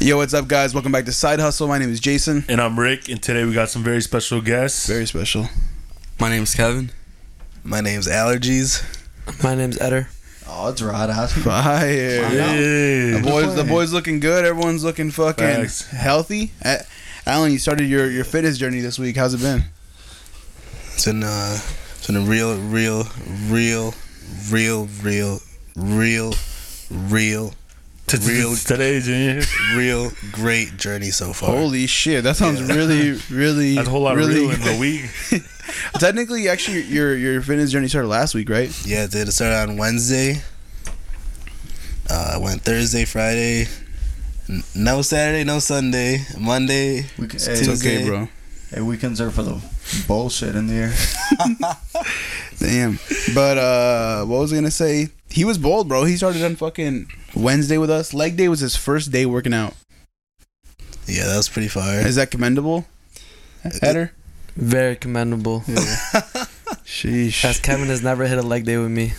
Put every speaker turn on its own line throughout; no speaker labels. Yo, what's up, guys? Welcome back to Side Hustle. My name is Jason.
And I'm Rick, and today we got some very special guests.
Very special.
My name's Kevin.
My name's Allergies.
My name's Eder.
Oh, it's right out.
Fire. The
Yeah.
boys, the boys looking good. Everyone's looking fucking
Facts.
healthy. A- Alan, you started your, your fitness journey this week. How's it been?
It's been uh, it's been a real, real, real, real, real, real, real,
T- t-
Real-
t- Today, Junior.
real great journey so far.
Holy shit, that sounds really, really,
That's a whole lot
really.
of real in the week.
Technically, actually, your your fitness journey started last week, right?
Yeah, it did. It started on Wednesday. Uh, I went Thursday, Friday. N- No Saturday, no Sunday. Monday.
We can,
It's
hey,
It's okay,
Tuesday.
bro.
hey, weekends are for the bullshit in the air.
Damn. But uh, what was I gonna say? He was bold, bro. He started on fucking Wednesday with us. Leg day was his first day working out.
Yeah, that was pretty fire.
Is that commendable? Header.
Very commendable.
Sheesh.
As Kevin has never hit a leg day with me.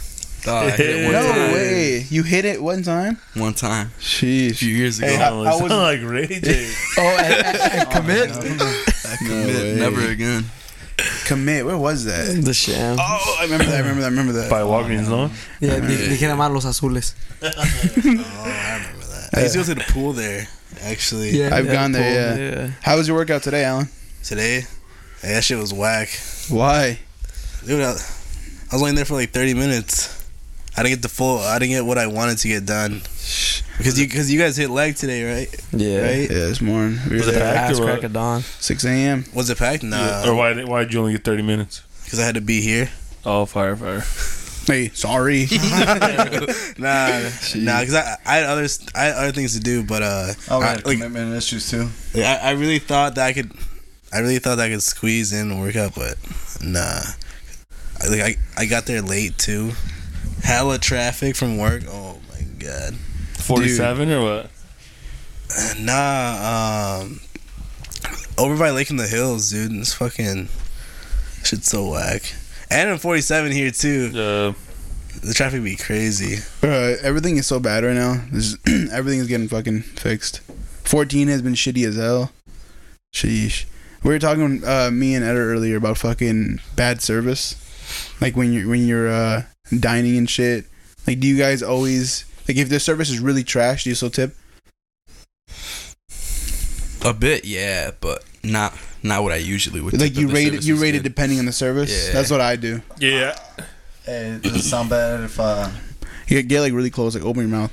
Oh, I hit it one
no
time.
way. You hit it one time?
One time. A
Sheesh.
few years ago.
Hey, I-
Oh,
I
it sound
was-
like Ray J.
Oh, and,
Commit.
I
way.
commit. Never again.
Commit. Where was that?
the sham.
Oh, I remember that. I remember that. I remember that.
By Walgreens, no?
Yeah, di- dijeron mal los azules.
I used to go to the pool there, actually.
Yeah,
I've
yeah,
gone there,
Paul, yeah.
How was your workout today, Alan?
Today, hey, that shit was whack.
Why?
Dude, I, I was only there for like 30 minutes. I didn't get the full. I didn't get what I wanted to get done. Because you, because you guys hit leg today, right?
Yeah.
Yeah,
Right?
this morning. We were
Was it
there at
packed
Ass
or
crack
what?
of dawn.
6 a.m.
Was it packed? Nah,
Or why did why did you only get 30 minutes?
because I had to be here.
Oh, fire, fire.
Hey, sorry.
Nah, nah, because I, I had other, st- I had other things to do. But uh,
Oh, we
I,
had
like,
commitment issues too.
I, I really thought that I could, I really thought that I could squeeze in and work out, but nah. I, like I, I got there late too. Hella traffic from work. Oh my god.
47 or what?
Nah, um, over by Lake in the Hills, dude. It's fucking shit's so whack. And I'm 47 here too.
Uh,
The traffic be crazy.
Bruh, everything is so bad right now. This is- everything is getting fucking fixed. 14 has been shitty as hell. Sheesh. We were talking, uh, me and Ed earlier about fucking bad service. Like when you're when you're uh, dining and shit. Like, do you guys always like if their service is really trash? Do you still tip?
A bit, yeah, but not not what I usually would.
Like
tip
you
if the
rate it,
service
you
was
rate it
good.
depending on the service.
Yeah.
That's what I do.
yeah.
Hey, does it sound bad if uh,
You get like really close, like open your mouth,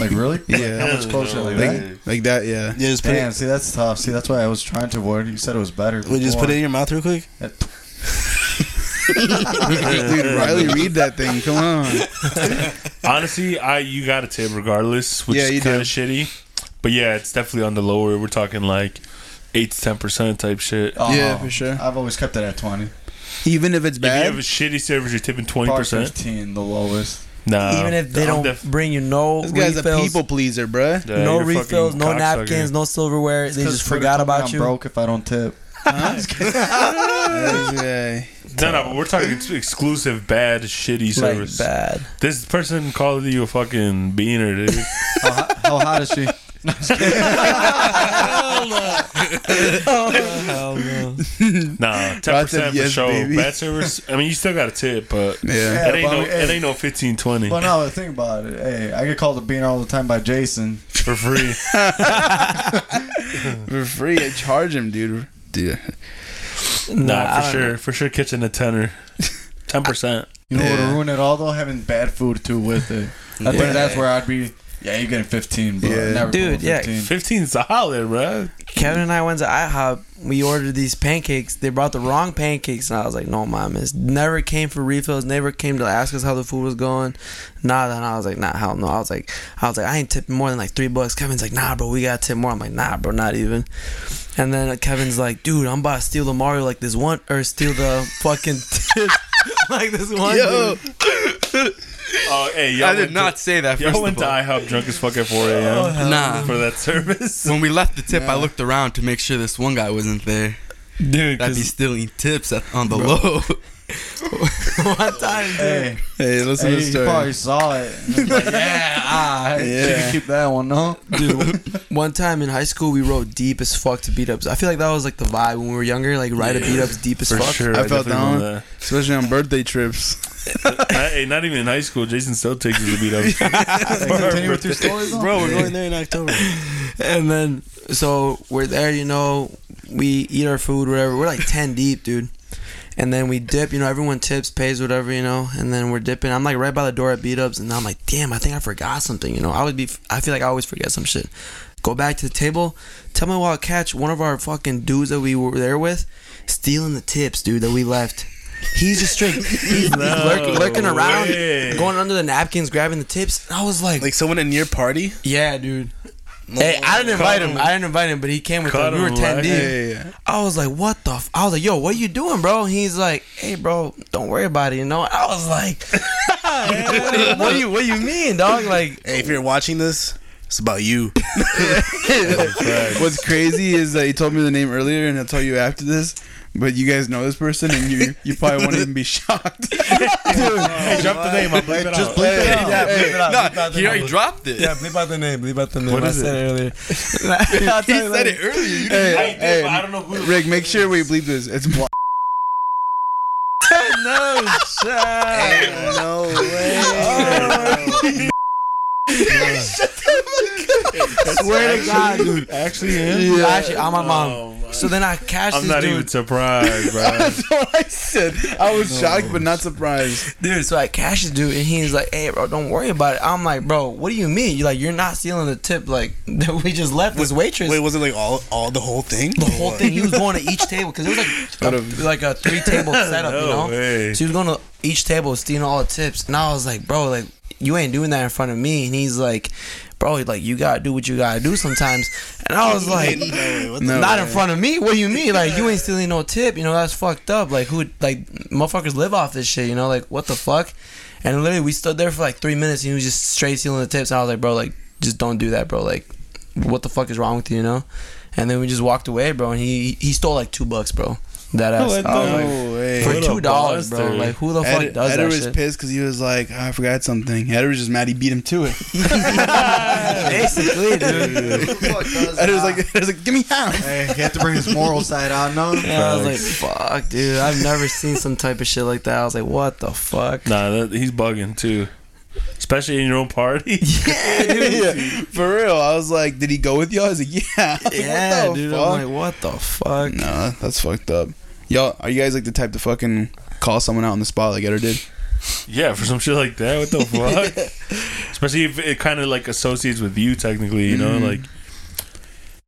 like really?
Yeah.
How much closer? Like that?
Like,
like that. Yeah.
Yeah, just put
Damn.
it.
See, that's tough. See, that's why I was trying to avoid. You said it was better.
Would you just put it in your mouth real quick?
before.
Dude, Riley, read that thing. Come on.
Honestly, I you got to tip regardless, which
Yeah, you
is kind
do.
of shitty. But yeah, it's definitely on the lower. We're talking like 8 to 10% type shit.
Oh,
Yeah, for sure.
I've always kept it at twenty.
Even if it's
If you
bad,
have a shitty service, you're tipping
Par
20%.
fifteen, the lowest.
Nah.
Even if they
I'm
don't
def-
bring you no
this guy's a
refills,
people pleaser, bruh.
Yeah,
no
you're a fucking
refills, no
cocksucker.
napkins, no silverware. They
'Cause
just
Twitter
forgot
told me
about
I'm
you.
broke if I don't tip.
Yeah.
No, no, but we're talking ex- exclusive, bad, shitty
Like
service.
bad.
This person called you a fucking beaner, dude.
How, hot- how hot is she?
oh hell no.
nah,
Right
ten
there,
percent for
yes,
sure.
baby.
Bad service. I mean, you still got a tip, but
Yeah.
it ain't
but
no,
I mean,
it
hey.
ain't no fifteen twenty
Well, no, think about it. Hey, I get called a beaner all the time by Jason.
for free.
For free, I charge him, dude. Dude.
I
Nah, for
don't
sure, for sure, kitchen a tenner, ten percent.
You know what
Yeah.
would ruin it all though? Having bad food too with it. I
Yeah.
think that's where I'd be. Yeah, you're getting 15, bro.
Yeah.
Never
Dude,
pulling
yeah.
15.
Fifteen solid, bro.
Kevin and I went to IHOP. We ordered these pancakes. They brought the wrong pancakes, and I was like, "No, mom, it's never came for refills. Never came to ask us how the food was going." Nah, then I was like, "Nah, hell no." I was like, "I was like, I ain't tipping more than like three bucks." Kevin's like, "Nah, bro, we gotta tip more." I'm like, "Nah, bro, not even." And then uh, Kevin's like, "Dude, I'm about to steal the Mario like this one, or steal the fucking tip like this one."
Yo,
dude."
Oh, hey, y'all
I did
went
not say that.
To,
First
y'all
of
went to
all.
IHOP drunk as fuck at four a.m.
Nah.
for that service.
When we left the tip, I looked around to make sure this one guy wasn't there.
dude,
That'd be
'cause
stealing tips at, on the low.
One time, dude.
Hey,
Hey, listen
hey,
to the
you probably
story.
saw it. And it's like, yeah, ah, hey,
Yeah.
she can keep that one, no?
Dude, one time in high school, we wrote deep as fuck to beat ups. I feel like that was like the vibe when we were younger, like write a beat ups deep as
For
fuck.
sure.
I felt
definitely
that one.
remember
Especially on birthday trips.
that. Not- hey, not even in high school. Jason still takes us to beat up.
Hey, continue with your stories, though?
Bro, we're going there in October.
And then, so we're there, you know, we eat our food, whatever. We're like 10 deep, dude. And then we dip, you know, everyone tips, pays, whatever, you know. And then we're dipping. I'm like right by the door at beat ups, and I'm like, damn, I think I forgot something, you know. I would be, I feel like I always forget some shit. Go back to the table, tell my wild catch one of our fucking dudes that we were there with stealing the tips, dude, that we left. He's just straight, he's lurking, lurking around,
way.
going under the napkins, grabbing the tips. And I was like,
Like someone in your party?
yeah, dude. Hey, I didn't invite him. I didn't invite him, but he came with
Cut
us. We were
him,
10
right?
deep.
Yeah, yeah, yeah.
I was like, what the? F-? I was like, yo, what you doing, bro? And he's like, hey, bro, don't worry about it, you know? I was like, what do you what do you mean, dog? Like,
Hey, if you're watching this, it's about you.
What's crazy is that you told me the name earlier, and I'll tell you after this. But you guys know this person, and you you probably won't even be shocked.
hey, drop the name. I'll bleep it
Just
out.
bleep it out.
Yeah,
bleep it out, bleep
No,
out the
he already
name.
dropped it.
Yeah, bleep out the name. Bleep out the name.
What
I
is
said
it?
it earlier.
I'll tell
He
you
said
later.
it earlier. You didn't-
I
hey,
did, but I
hey,
don't know who.
Rick, make sure we bleep this. It's bl-
no shit.
no way.
Swear to God, dude.
Actually, him.
Yeah. Actually, I'm my mom.
Oh, my-
So then I cashed
I'm
this
not
dude.
even surprised, bro.
That's what I said. I was shocked, but not surprised.
dude. So I cashed this dude, and he's like, "Hey, bro, don't worry about it." I'm like, "Bro, what do you mean? You like, you're not stealing the tip? Like, that we just left this waitress."
Wait, was it like all, all the whole thing?
the whole thing. He was going to each table because it was like a, like a three table setup, you
No
know.
way.
So he was going to each table, stealing all the tips, and I was like, bro, like you ain't doing that in front of me. And he's like, bro, like you gotta do what you gotta do sometimes. And I was like,
No
not
way.
in front of me. What do you mean? Like you ain't stealing no tip. You know that's fucked up. Like who? Like motherfuckers live off this shit. You know, like what the fuck? And literally, we stood there for like three minutes, and he was just straight stealing the tips. And I was like, bro, like just don't do that, bro. Like what the fuck is wrong with you? You know? And then we just walked away, bro. And he he stole like two bucks, bro. That ass.
What
Oh,
I was
the-
like,
No way.
for
What a
two dollars, bro.
bastard.
Like who the fuck
Ed,
does
Eder
that
was
shit?
pissed because he was like, "Ah, I forgot something. Eder was just mad he beat him to it.
Basically, dude.
Eder was like, Eder was like, give me half.
Hey, you have to bring his moral side out, no?
And I was like, fuck, dude. I've never seen some type of shit like that. I was like, what the fuck?
Nah, that, he's bugging too. Especially in your own party.
yeah, for real. I was like, did he go with y'all? I was like, yeah. I was like,
yeah,
what the
dude.
fuck?
I'm like, what the fuck?
Nah, that's fucked up. Y'all, are you guys like the type to fucking call someone out on the spot like Eder did?
Yeah, for some shit like that. What the fuck? Especially if it kind of like associates with you, technically. You
Mm-hmm.
know, like,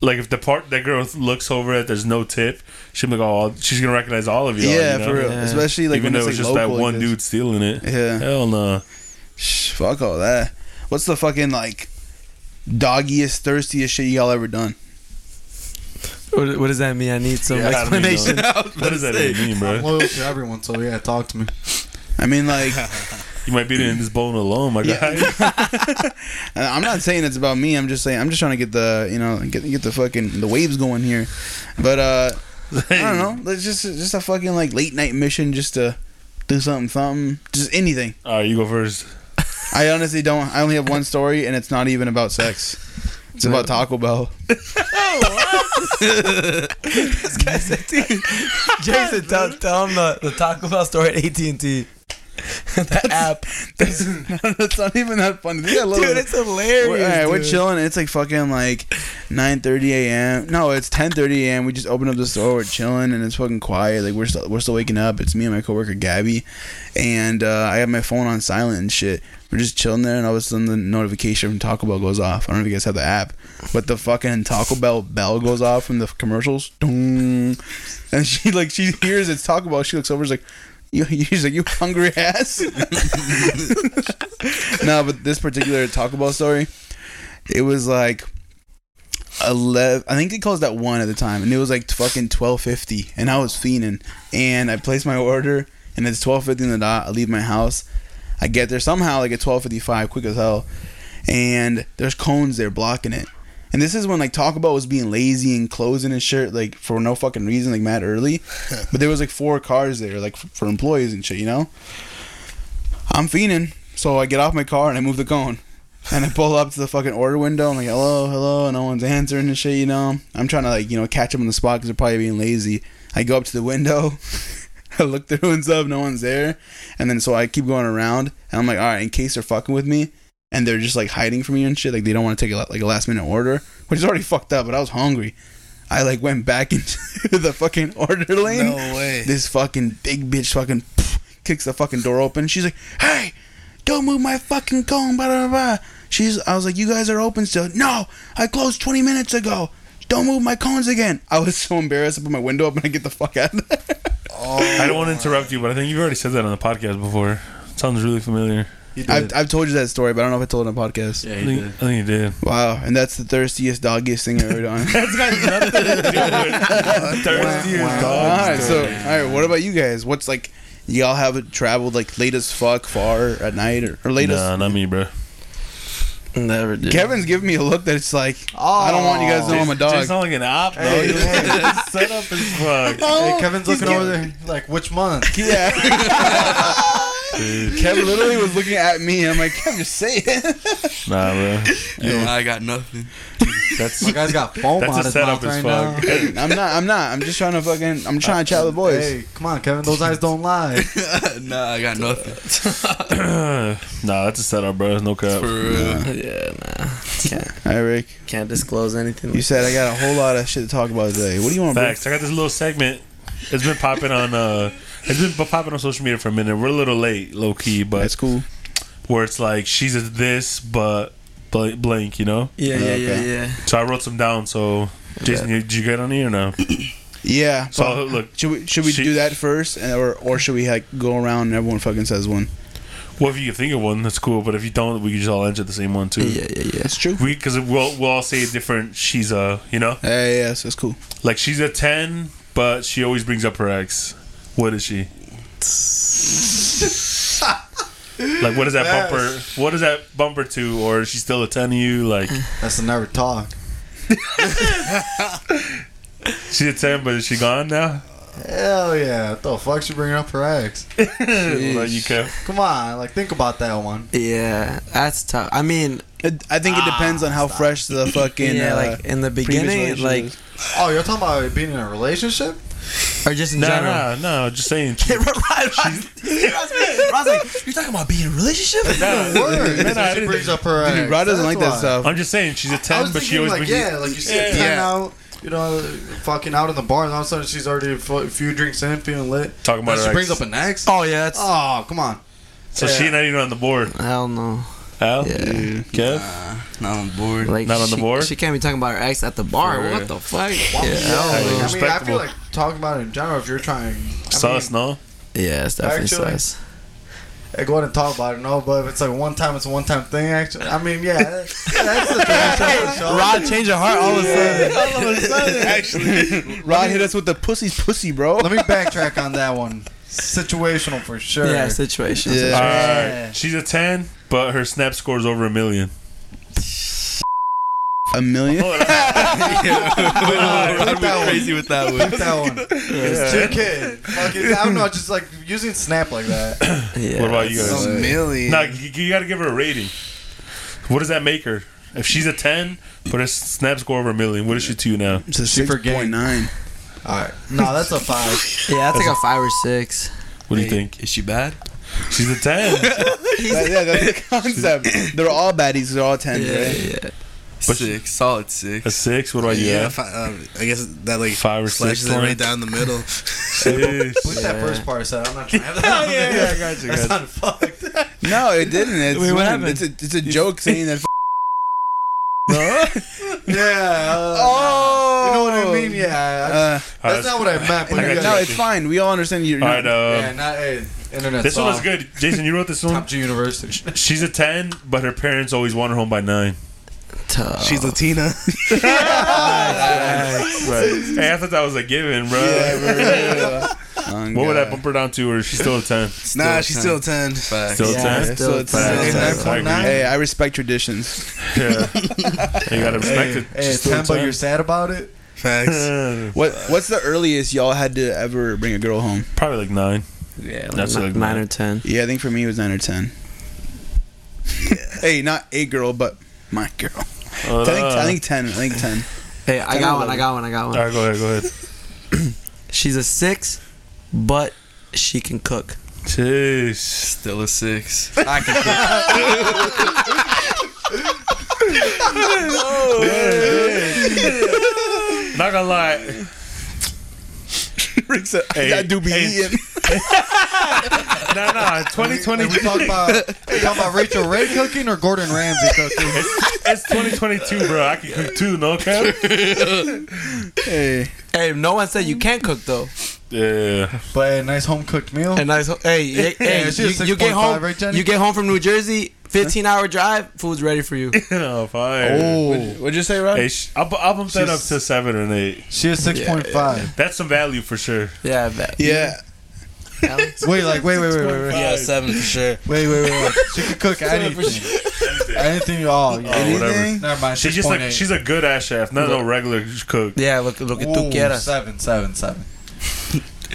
like if the part that girl looks over at, there's no tip. She'll be like, oh, she's gonna recognize all of you.
yeah,
you know?
for real.
Yeah.
Especially like
Even
when
though
it's like
it's just
local
that
like
one
this.
dude stealing it.
Yeah.
Hell no.
Shh, fuck all that. What's the fucking like doggiest, thirstiest shit y'all ever done?
What, what does that mean? I need some
Yeah, I don't even know.
explanation.
What does that even mean,
I'm
bro?
loyal to everyone, so yeah, talk to me.
I mean, like,
You might be in this bone alone, my guy.
And I'm not saying it's about me. I'm just saying I'm just trying to get the you know get get the fucking the waves going here. But uh I don't know. Let's just just a fucking like late night mission just to do something something just anything.
All right, you go first.
I honestly don't. I only have one story and it's not even about sex. It's about Taco Bell.
Jason, tell, tell him the, the Taco Bell story at AT and T. The app,
That's, that's not even that funny. Dude,
dude, it's hilarious.
We're, all right, we're
dude.
chilling. It's like fucking like 9:30 a.m. No, it's 10:30 a.m. We just open up the store. We're chilling, and it's fucking quiet. Like we're still we're still waking up. It's me and my coworker Gabby, and uh, I have my phone on silent and shit. We're just chilling there, and all of a sudden the notification from Taco Bell goes off. I don't know if you guys have the app, but the fucking Taco Bell bell goes off from the commercials. Dong. And she like she hears it's Taco Bell. She looks over. She's like. You, she's like you hungry ass. no, but this particular Taco Bell story, it was like 11 i think they closed at 1 at the time and it was like fucking 12.50 and i was fiending and i placed my order and it's 12.50 in the dot i leave my house i get there somehow like at 12.55 quick as hell and there's cones there blocking it And this is when like Taco Bell was being lazy and closing and shit like for no fucking reason like mad early, but there was like four cars there like for, for employees and shit. You know, I'm fiending, so I get off my car and I move the cone. And I pull up to the fucking order window. I'm like, hello, hello. and No one's answering and shit, you know. I'm trying to, like, you know, catch them on the spot because they're probably being lazy. I go up to the window. I look through and stuff. No one's there. And then so I keep going around. And I'm like, all right, in case they're fucking with me and they're just, like, hiding from you and shit. Like, they don't want to take, a, la- like, a last minute order, which is already fucked up, but I was hungry. I, like, went back into the fucking order lane
No way.
this fucking big bitch fucking pff, kicks the fucking door open. She's like, "Hey, don't move my fucking cone." Blah blah blah. She's. I was like, "You guys are open still?" No, I closed twenty minutes ago. Don't move my cones again. I was so embarrassed. I put my window up and I get the fuck out of there.
I don't want to interrupt you, but I think you've already said that on the podcast before. sounds really familiar.
He did.
I've, I've told you that story, but I don't know if I told it on a podcast.
I think, I think you did.
Wow, and that's the thirstiest, doggiest thing I've ever done.
That's got nothing to do with
Wow.
thirsty as
All right,
dogs.
so all right, what about you guys? What's like? Y'all have traveled like late as fuck, far at night, or, or late as
Nah, not me, bro.
Never did.
Kevin's giving me a look that it's like I don't want you guys to know I'm a dog.
Just not like an op, though.
Hey, hey.
Set up as fuck.
Hey, Kevin's looking over there like, which month?
Yeah. Kevin literally was looking at me. I'm like, Kevin, just say it.
Nah, bro.
Yo, I got nothing.
That's
My guy's got foam
That's
on
a
his
setup
mouth
as
right
fuck.
now.
I'm not. I'm not. I'm just trying to fucking. I'm trying to chat with boys.
Hey, come on, Kevin. Those eyes don't lie.
nah, I got nothing.
nah, that's a setup, bro. No cap.
For real.
Yeah, nah. Can't,
All right, Rick.
can't disclose anything.
You said I got a whole lot of shit to talk about today. What do you want? Rick?
Facts. I got this little segment. It's been popping on. uh It's been popping on social media for a minute. We're a little late, low key, but
That's cool.
where it's like she's a this, but bl- blank, you know.
Yeah, yeah, yeah,
Okay.
yeah.
So I wrote some down. So Jason, you, did you get on here or no?
Yeah.
So
but
look,
should we should we
She-
do that first, and, or or should we like go around and everyone fucking says one?
well, if you can think of one, that's cool. But if you don't, we can just all answer the same one too.
Yeah, yeah, yeah.
That's true.
We because we'll we'll all say a different. She's a you know
Hey, yes, that's cool.
like she's a ten, but she always brings up her ex. What is she? like what is that bumper? What is that bumper to? Or is she still a ten to you? Like
That's the never talk.
she's a ten, but is she gone now?
Hell yeah. What the fuck? She bringing up her ex.
Like you care?
Come on. Like, think about that one.
Yeah, that's tough. I mean,
It, I think it depends on how fresh the fucking
Ah, yeah,
uh,
like in the
previous
beginning,
relationship
like
is.
Oh, you're talking about being in a relationship?
or just in
No, no,
general.
no. Just saying. She,
I was like, "You're talking about being in a relationship?"
no, no,
Word.
no, I
she
didn't
brings up her ex.
dude, Rod doesn't
That's
like uh, that
why.
stuff.
I'm just saying she's a
I
ten,
was
but she
thinking,
always
like,
brings.
yeah, like you see a
Yeah.
ten
Yeah.
out, you know, fucking out in the bar, and all of a sudden she's already a fu- few drinks in, feeling lit.
Talking about her
And she
ex.
brings up an ex.
Oh yeah, that's
Oh, come on.
So she
Yeah.
not even on the board.
hell no.
Al,
Yeah,
Kev,
Not on board.
like
Not on the
she-
board?
She can't be talking about her ex at the bar. What the fuck? Yeah,
I
I mean, I
respectable.
feel like talking about it in general. If you're trying, I
sus,
mean,
no.
yeah, it's definitely
Actually,
sus.
I go ahead and talk about it, no. But if it's like one time, it's a one time thing. Actually, I mean, yeah, that- that's the thing. Rod
change of heart all of a sudden.
all of a sudden.
Rod hit us with the pussy's pussy, bro.
Let me backtrack on that one. Situational for sure.
Yeah, situation.
Yeah.
All
situation.
Yeah.
right, she's a ten, but her snap score is over a million.
A million.
Hold on.
Put that one.
Crazy with that one.
Put that one. It's too kid. Fucking, I don't know. Just like using Snap like that.
Yeah,
What about you
it's-
guys?
A million.
Nah, you, you got to give her a rating. What does that make her? If she's a ten, but her snap score over a million, what is she to you now?
It's a
She
six
forgave.
point nine.
All right. No, that's a five.
Yeah, that's like a five or six.
What do you think?
Is she bad?
She's a ten,
That- yeah, that's the concept. They're all baddies. They're all tens,
Yeah,
right?
yeah.
But she-
six. Solid six.
a six. What about you?
Yeah,
Yeah,
fi- uh, I guess that like
Five or
slashes
six
it right
points.
down the middle.
What that
Yeah.
first part said? I'm not trying to have that. on there.
I got you.
That sounded fucked.
No, it didn't. It's,
Wait, what
fine. it's a, it's a joke saying that.
Yeah. uh,
oh,
You know what I mean? Yeah.
Uh,
I- that's not what I meant. But
I
you
got
guys,
no, it's fine. We all understand you.
All right,
yeah,
um,
not hey, internet.
this one
song.
was good. Jason, you wrote this one.
Top G University.
She's a ten, but her parents always want her home by nine.
Tough.
Uh,
She's Latina.
Right. Hey, I thought that was a given, bro.
Yeah, bro. On
What would
God.
that bump her down to, or is she still a 10?
nah, she's still 10.
Facts.
Still
Yeah,
10?
still
So
a
it's-
ten.
Facts. I agree.
9.9?
Hey, I respect traditions.
Yeah. you gotta respect
Hey,
it.
hey,
She's still a
ten, but
10.
you're sad about it.
Facts.
What What's the earliest y'all had to ever bring a girl home?
Probably like 9.
Yeah, like
That's
ni-
like-
nine or ten.
Yeah, I think for me it was nine or ten. hey, not a girl, but my girl. I think I think ten. I think ten.
Hey, I
Ten
got
or
one. I got one. I got one.
Alright, go ahead, go ahead.
She's a six, but she can cook.
Jeez.
Still a six.
I can cook.
Not gonna lie.
Rick said,
Hey,
"That do be
hey.
eating."
Nah, nah.
Are
2020.
we talking about, we talking about Rachel Ray cooking or Gordon Ramsay cooking?
It's, it's 2022, bro. I can cook too, no cap.
Hey,
hey, no one said you can't cook though.
Yeah.
But a nice home cooked meal.
And I, hey, hey,
Yeah,
hey
she's
you,
a
you get
6.5,
home,
right, Johnny?
you get home from New Jersey, fifteen hour drive, food's ready for you.
oh, fire.
what'd, what'd you say, Rob?
Hey, sh- I'll, bu- I'll bump that up
She's-
to 7 and 8.
She is six point five.
That's some value for sure.
Yeah, I bet.
yeah,
Alex?
Wait, like wait, wait, wait, wait, wait,
Yeah, 7 for sure.
wait, wait, wait, wait. She could cook anything. anything at all. Yeah.
Oh, whatever.
anything?
Never mind.
She's just like, she's a good ass chef, not no regular cook.
Yeah, look, look, tú quieras.
seven, seven, seven.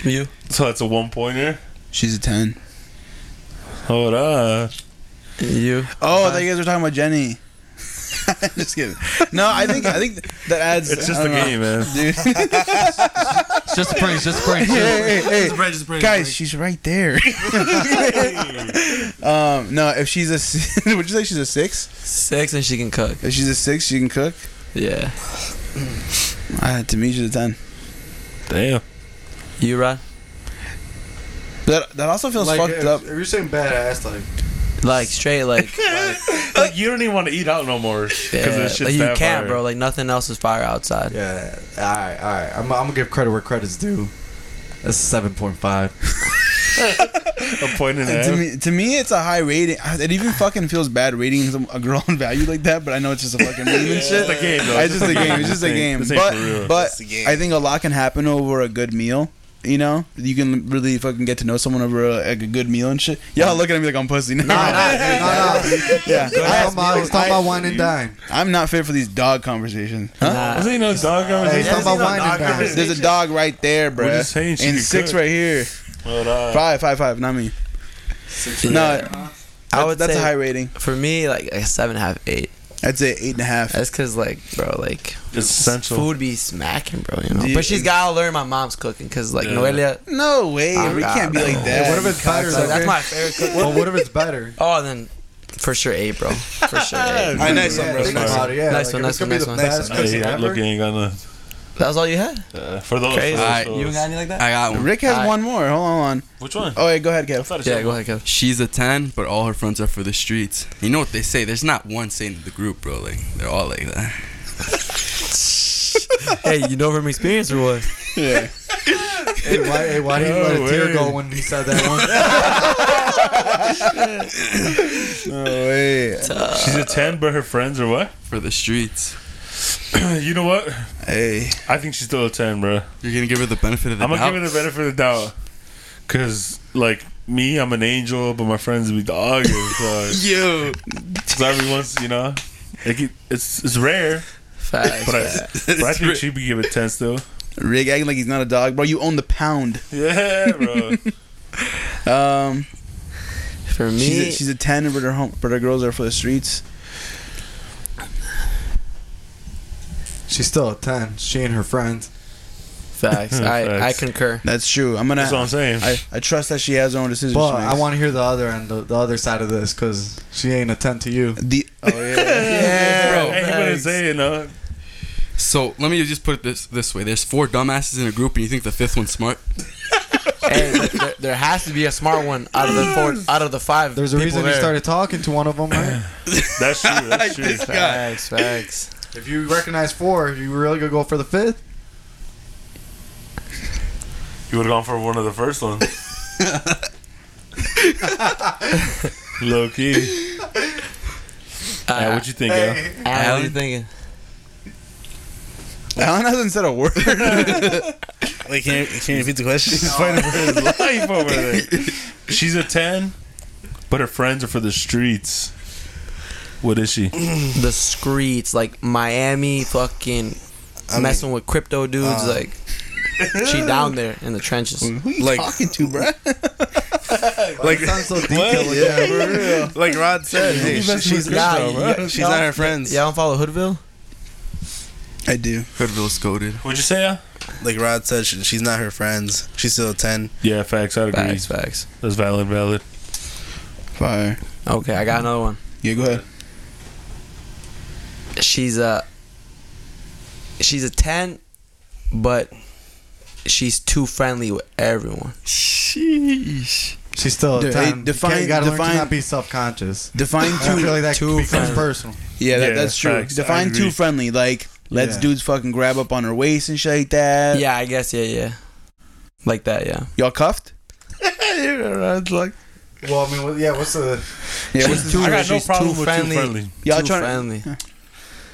You.
So that's a one pointer.
She's a ten.
Hold on.
You.
Oh, I thought you guys were talking about Jenny. just kidding. No, I think I think that adds.
It's just
I
a
don't know.
game, man.
dude.
It's just a prank. Just a prank.
hey, hey, hey.
just break,
guys, she's right there. um, no, if she's a, s- would you say she's a six?
Six and she can cook.
If she's a six, she can cook.
Yeah.
Uh, to me, she's a ten.
Damn.
You, Rod?
That that also feels
Like,
fucked
if,
up.
if you're saying badass, like
Like straight, like
Like, you don't even want to eat out no more because
yeah,
this shit's
like you
that
can't,
fire.
bro. Like nothing else is fire outside.
yeah. All right, all right. I'm, I'm gonna give credit where credit's due. That's seven point five.
A point and a
to
half.
me, to me, it's a high rating. Uh, It even fucking feels bad rating some- a girl on value like that, but I know it's just a fucking meme and
It's
shit.
just a game, though.
It's just a game. It's just a game.
This ain't for
But
real.
but
It's a game.
I think a lot can happen over a good meal. You know, you can really fucking get to know someone over a, like a good meal and shit. Y'all looking at me like I'm pussy. No,
no, no.
yeah,
He's talking about, he's talking about wine and dine.
I'm not fit for these dog conversations. Huh?
Nah.
This ain't no dog
Hey,
conversation.
he's talking about wine and dine.
There's a dog right there, bruh.
just saying she
and
could
six
cook.
right here.
Hold on.
Five, five, five. Not me.
Yeah.
No,
I would
that's
say
a high rating.
for me like a seven, half, eight.
I'd say eight and a half.
That's cause like, bro, like
It's essential.
food be smacking, bro. You know.
Dude.
But she's gotta learn my mom's cooking, cause like
Yeah.
Noelia,
No way.
Oh,
we
God,
can't be
no.
like that.
Hey, what if it's better?
like, that's
okay?
my favorite. Cook-
Well, what if it's better?
oh, then for sure eight, bro. For sure eight.
Alright, nice
Yeah,
one, bro.
think
Nice
about
one.
it, yeah.
Nice
Like,
one,
if
nice
it could
one,
be
nice
the
one.
best
Hey,
cooking
yeah,
ever.
look, you ain't got nothing.
That was all you had.
Uh, for those.
Crazy.
For those,
Alright,
for
You
those.
got any like that?
I got one.
Rick has
Alright.
one more. Hold on.
Which one?
Oh, yeah, go ahead,
I
Kev.
thought it
Yeah,
said
go
one.
ahead, Kev.
She's a ten, but all her friends are for the streets. You know what they say? There's not one saint in the group, bro. Like they're all like that.
hey, you know from experience or what?
Yeah.
Hey, why, hey, why did he let
No
a tear
way.
go when he said that one?
No way.
She's a 10, but her friends are what?
For the streets.
you know what?
Hey.
I think she's still a 10, bro.
You're gonna give her the benefit of the
I'm gonna
doubt.
give her the benefit of the doubt, cause like me, I'm an angel, but my friends be dogging. So,
Yo,
so every once, you know, like it, it's it's rare,
Facts.
but I,
facts.
but I
It's
think
ra-
she'd be giving ten still.
Rick acting like he's not a dog, bro. You own the pound.
Yeah, bro.
Um,
For me,
she's a, she's a ten, but her home, but her girls are for the streets.
She's still a 10. She and her friends.
facts. I, I
Facts.
concur.
That's true. I'm gonna.
That's what I'm saying.
I, I trust that she has her own decisions.
But
to make.
I want to hear the other end, the, the other side of this, because she ain't a 10 to you.
the. Oh yeah.
Yeah,
Bro, hey, you wouldn't say, you know.
So let me just put it this this way: There's four dumbasses in a group, and you think the fifth one's smart?
Hey, th- there, there has to be a smart one out of the
Mm.
four, out of the five.
There's a
people
reason
there.
you started talking to one of them, right?
That's true. That's true.
Facts, facts.
if you recognize four, you really going to go for the fifth?
You would have gone for one of the first ones. Low key. Alright, what you think, yo?
Alan, what are you thinking?
Alan hasn't said a word.
Wait, can you, can you repeat the question?
She's fighting for his life over there. She's a 10, but her friends are for the streets. What is she?
the streets, like Miami, fucking
I mean,
messing with crypto dudes.
uh,
like she down there in the trenches.
Who you
Like-
talking to, bro?
Like,
sounds so detailed. like that, bro.
like Rod said, hey,
He's
she,
messing with
she's,
Nah,
Crystal,
y-
bro.
she's not her friends.
Y'all don't follow Hoodville?
I do.
Hoodville's goaded.
What'd you say? Al?
Like Rod said, she, she's not her friends. She's still a 10.
Yeah, facts. I'd agree.
Facts, facts.
That's valid, valid.
Fire.
Okay, I got another one.
Yeah, go ahead.
She's a she's a ten, but she's too friendly with everyone.
Sheesh.
She's still
Dude,
a
hey,
ten.
define-
you gotta learn
define-
to not be self-conscious.
Define
I don't
two.
feel like that
Two
two becomes
friends.
personal.
yeah, that,
Yeah,
that's true.
facts. I
Define
agree.
two friendly. Like, lets
Yeah.
dudes fucking grab up on her waist and shit like that.
yeah, I guess. Yeah, yeah. Like that. Yeah.
Y'all cuffed?
Well, I mean, what- yeah. What's the?
Yeah.
She's
what's
too,
I got no
she's
problem
too
with
friendly.
too friendly.
Y'all
too
tryna-
friendly.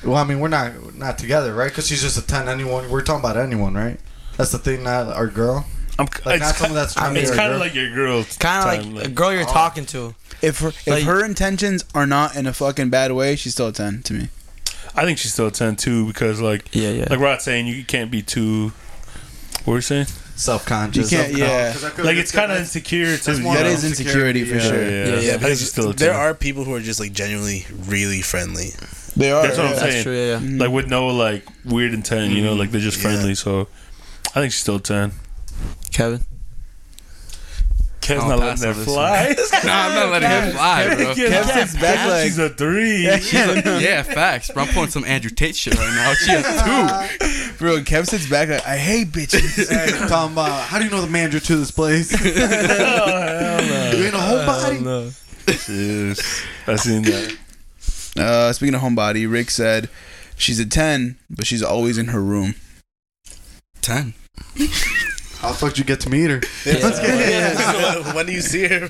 Well, I mean, we're not we're not together, right? Because she's just a ten. Anyone, we're talking about anyone, right? That's the thing, not our girl.
I'm,
Like not
it's
someone that's trying to be
it's
our
kind of
girl.
like your girl.
Kind
time,
of like a girl you're talking to.
If her, if
Like-
her intentions are not in a fucking bad way, she's still a ten to me.
I think she's still a 10 too because like
Yeah, yeah.
like Rod saying you can't be too. What are you saying?
You
self-conscious.
can't. Yeah.
Like it's kind of insecure too. you
That
know?
is insecurity for
yeah,
sure.
Yeah,
Yeah, yeah.
I think she's still a 10.
there are people who are just like genuinely really friendly.
They are.
That's what I'm
yeah.
saying.
That's true. Yeah, yeah.
like with no like weird intent, you know, like they're just
Yeah.
friendly. So I think she's still ten.
Kevin.
Kev's
I'll
not letting
pass
that
on this
fly.
Nah, I'm not letting him fly, bro.
Kev sits back like-
she's a three.
She's like, yeah, facts. Bro, I'm pulling some Andrew Tate shit right now. She a two.
Bro, Kev sits back like I hate bitches.
Hey, Tom, uh, how do you know the manager to this place? you ain't a whole body.
Jeez. I seen that.
Uh, speaking of homebody, Rick said she's a ten, but she's always in her room.
Ten.
How the fuck did you get to meet her?
when do you see her?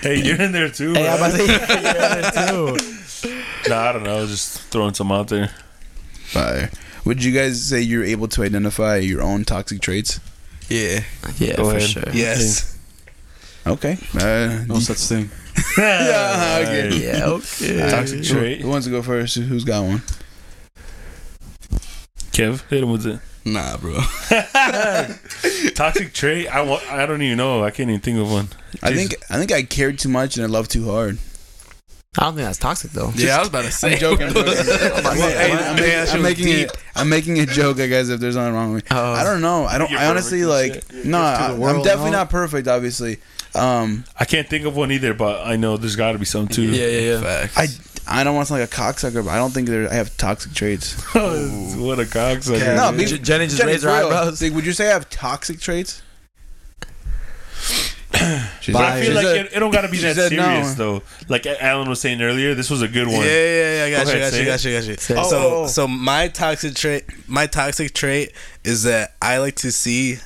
Hey, you're in there too.
Hey, I'm
bro.
about to yeah, too.
nah, I don't know. I was just throwing some out there.
Fire. Would you guys say you're able to identify your own toxic traits?
Yeah.
Yeah,
Go
for
ahead.
sure.
yes.
Okay. Uh,
No such thing.
Yeah, okay.
Alright.
Yeah, okay.
Toxic
who-
trait.
Who, wants to go first? Who's got one?
Kev, hit him with it.
Nah, bro.
Toxic trait? I wa- I don't even know. I can't even think of one.
I think I think I cared too much and I loved too hard.
I don't think that's toxic though.
Yeah, I was about to say.
I'm joking. I'm, joking.
Hey,
I'm,
man,
making-
that shit
I'm
was
making
deep.
it. I'm making a joke, I guess. If there's nothing wrong with me,
Oh.
I don't know. I don't.
You're
I honestly like.
perfect,
No, I,
world,
I'm definitely
no?
not perfect. Obviously, um,
I can't think of one either, but I know there's got to be some too.
Yeah, yeah, yeah.
Facts.
I I don't want to sound like a cocksucker, but I don't think there. I have toxic traits.
what a cocksucker.
Yeah,
No,
dude.
be-
J- Jenny just
Jenny,
raised her
for real,
eyebrows.
like, would you say I have toxic traits? She's
But I
she's
feel like
a-
it, it don't gotta be
she
that
said no.
serious though. Like Alan was saying earlier, this was a good
Yeah,
one.
yeah, yeah. I got
Go
you,
ahead,
got you, got you, got you.
Say it.
Oh, oh, oh.
So, so my toxic trait, my toxic trait is that I like to see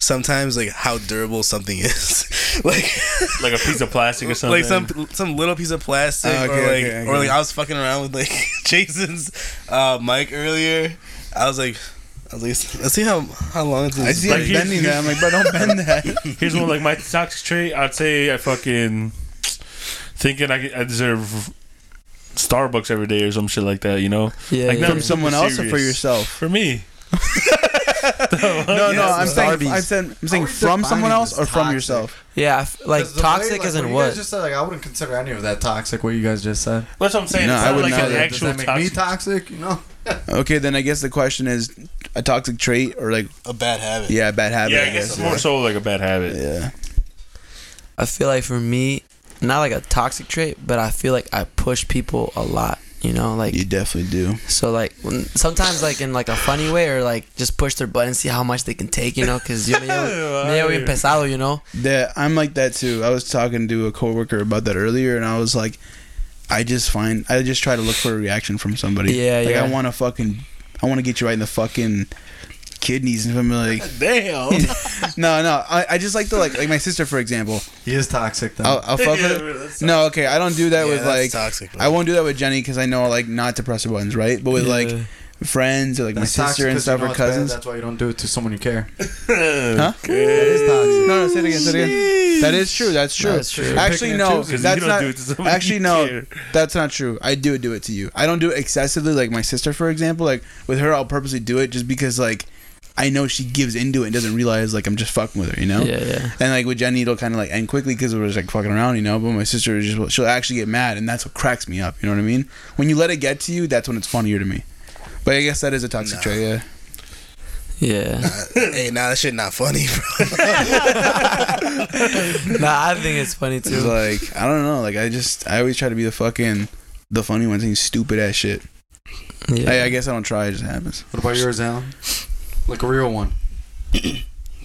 sometimes like how durable something is, like
Like a piece of plastic or something.
like some some little piece of plastic,
Oh, okay,
or like
okay, I
or
get
like
it.
I was fucking around with like Jason's uh, mic earlier. I was like, at least let's see how how long it's.
I see
Like,
him
here's-
bending that. I'm like, bro, don't bend that.
Here's one like my toxic trait. I'd say I fucking thinking I, I deserve Starbucks every day or some shit like that. You know,
Yeah,
Like,
yeah.
From someone else or for
Serious.
yourself?
for me.
No, no, I'm
it's
saying,
Arby's.
I'm saying, I'm saying
Are we
from someone
defining
else
this
or from
toxic?
yourself.
yeah, I f- like
'Cause the way,
toxic
like,
isn't
you
what.
guys just said, like, I wouldn't consider any of that toxic. What you guys just said.
That's what I'm saying.
No,
it's
I
not
would
like
not.
an
Yeah,
Does
actual
that make me
toxic.
toxic? You know.
Okay, then I guess the question is a toxic trait or like,
a bad habit.
yeah, a bad habit.
yeah, I guess it's
yeah.
more so like a bad habit.
Yeah.
I feel like for me, not like a toxic trait, but I feel like I push people a lot. You know, like
you definitely do.
so, like when, sometimes like in like a funny way, or like just push their button, see how much they can take. You know, because you're medio bien pesado. You know,
That I'm like that too. I was talking to a coworker about that earlier, and I was like, I just find I just try to look for a reaction from somebody.
Yeah,
like,
yeah.
I want to fucking, I want to get you right in the fucking kidneys, and I'm like,
Damn.
no, no. I, I just like to like like my sister for example.
He is toxic though.
I'll, I'll fuck
Yeah,
with.
but that's
No, okay, I don't do that
Yeah,
with
that's
like.
toxic. bro.
I won't do that with Jenny because I know like not to press her buttons, right? But with like friends or like
That's
my
toxic
sister and
'cause you
stuff
know
or
it's bad.
cousins.
That's why you don't do it to someone you care.
Huh?
is
No,
toxic.
no, say it again, say it again. That is true. That's true.
That's true.
Actually,
Picking and
no,
choosing.
Because
that's
you don't
not.
do it to somebody you
actually, no.
care.
That's not true. I do do it to you. I don't do it excessively, like my sister, for example. Like with her, I'll purposely do it just because, like, I know she gives into it and doesn't realize, like, I'm just fucking with her, you know.
Yeah, yeah.
And like with Jenny, it'll kind of like end quickly because we're just like fucking around, you know. But my sister, is just, she'll actually get mad, and that's what cracks me up. You know what I mean? When you let it get to you, that's when it's funnier to me. But I guess that is a toxic
Nah.
trait. Yeah.
Yeah.
hey, nah, that shit not funny, bro.
nah, I think it's funny
It's
too.
like I don't know. Like I just I always try to be the fucking the funny one saying stupid ass shit.
Yeah.
I, I guess I don't try. It just happens.
What about yours, Alan? Like a real one.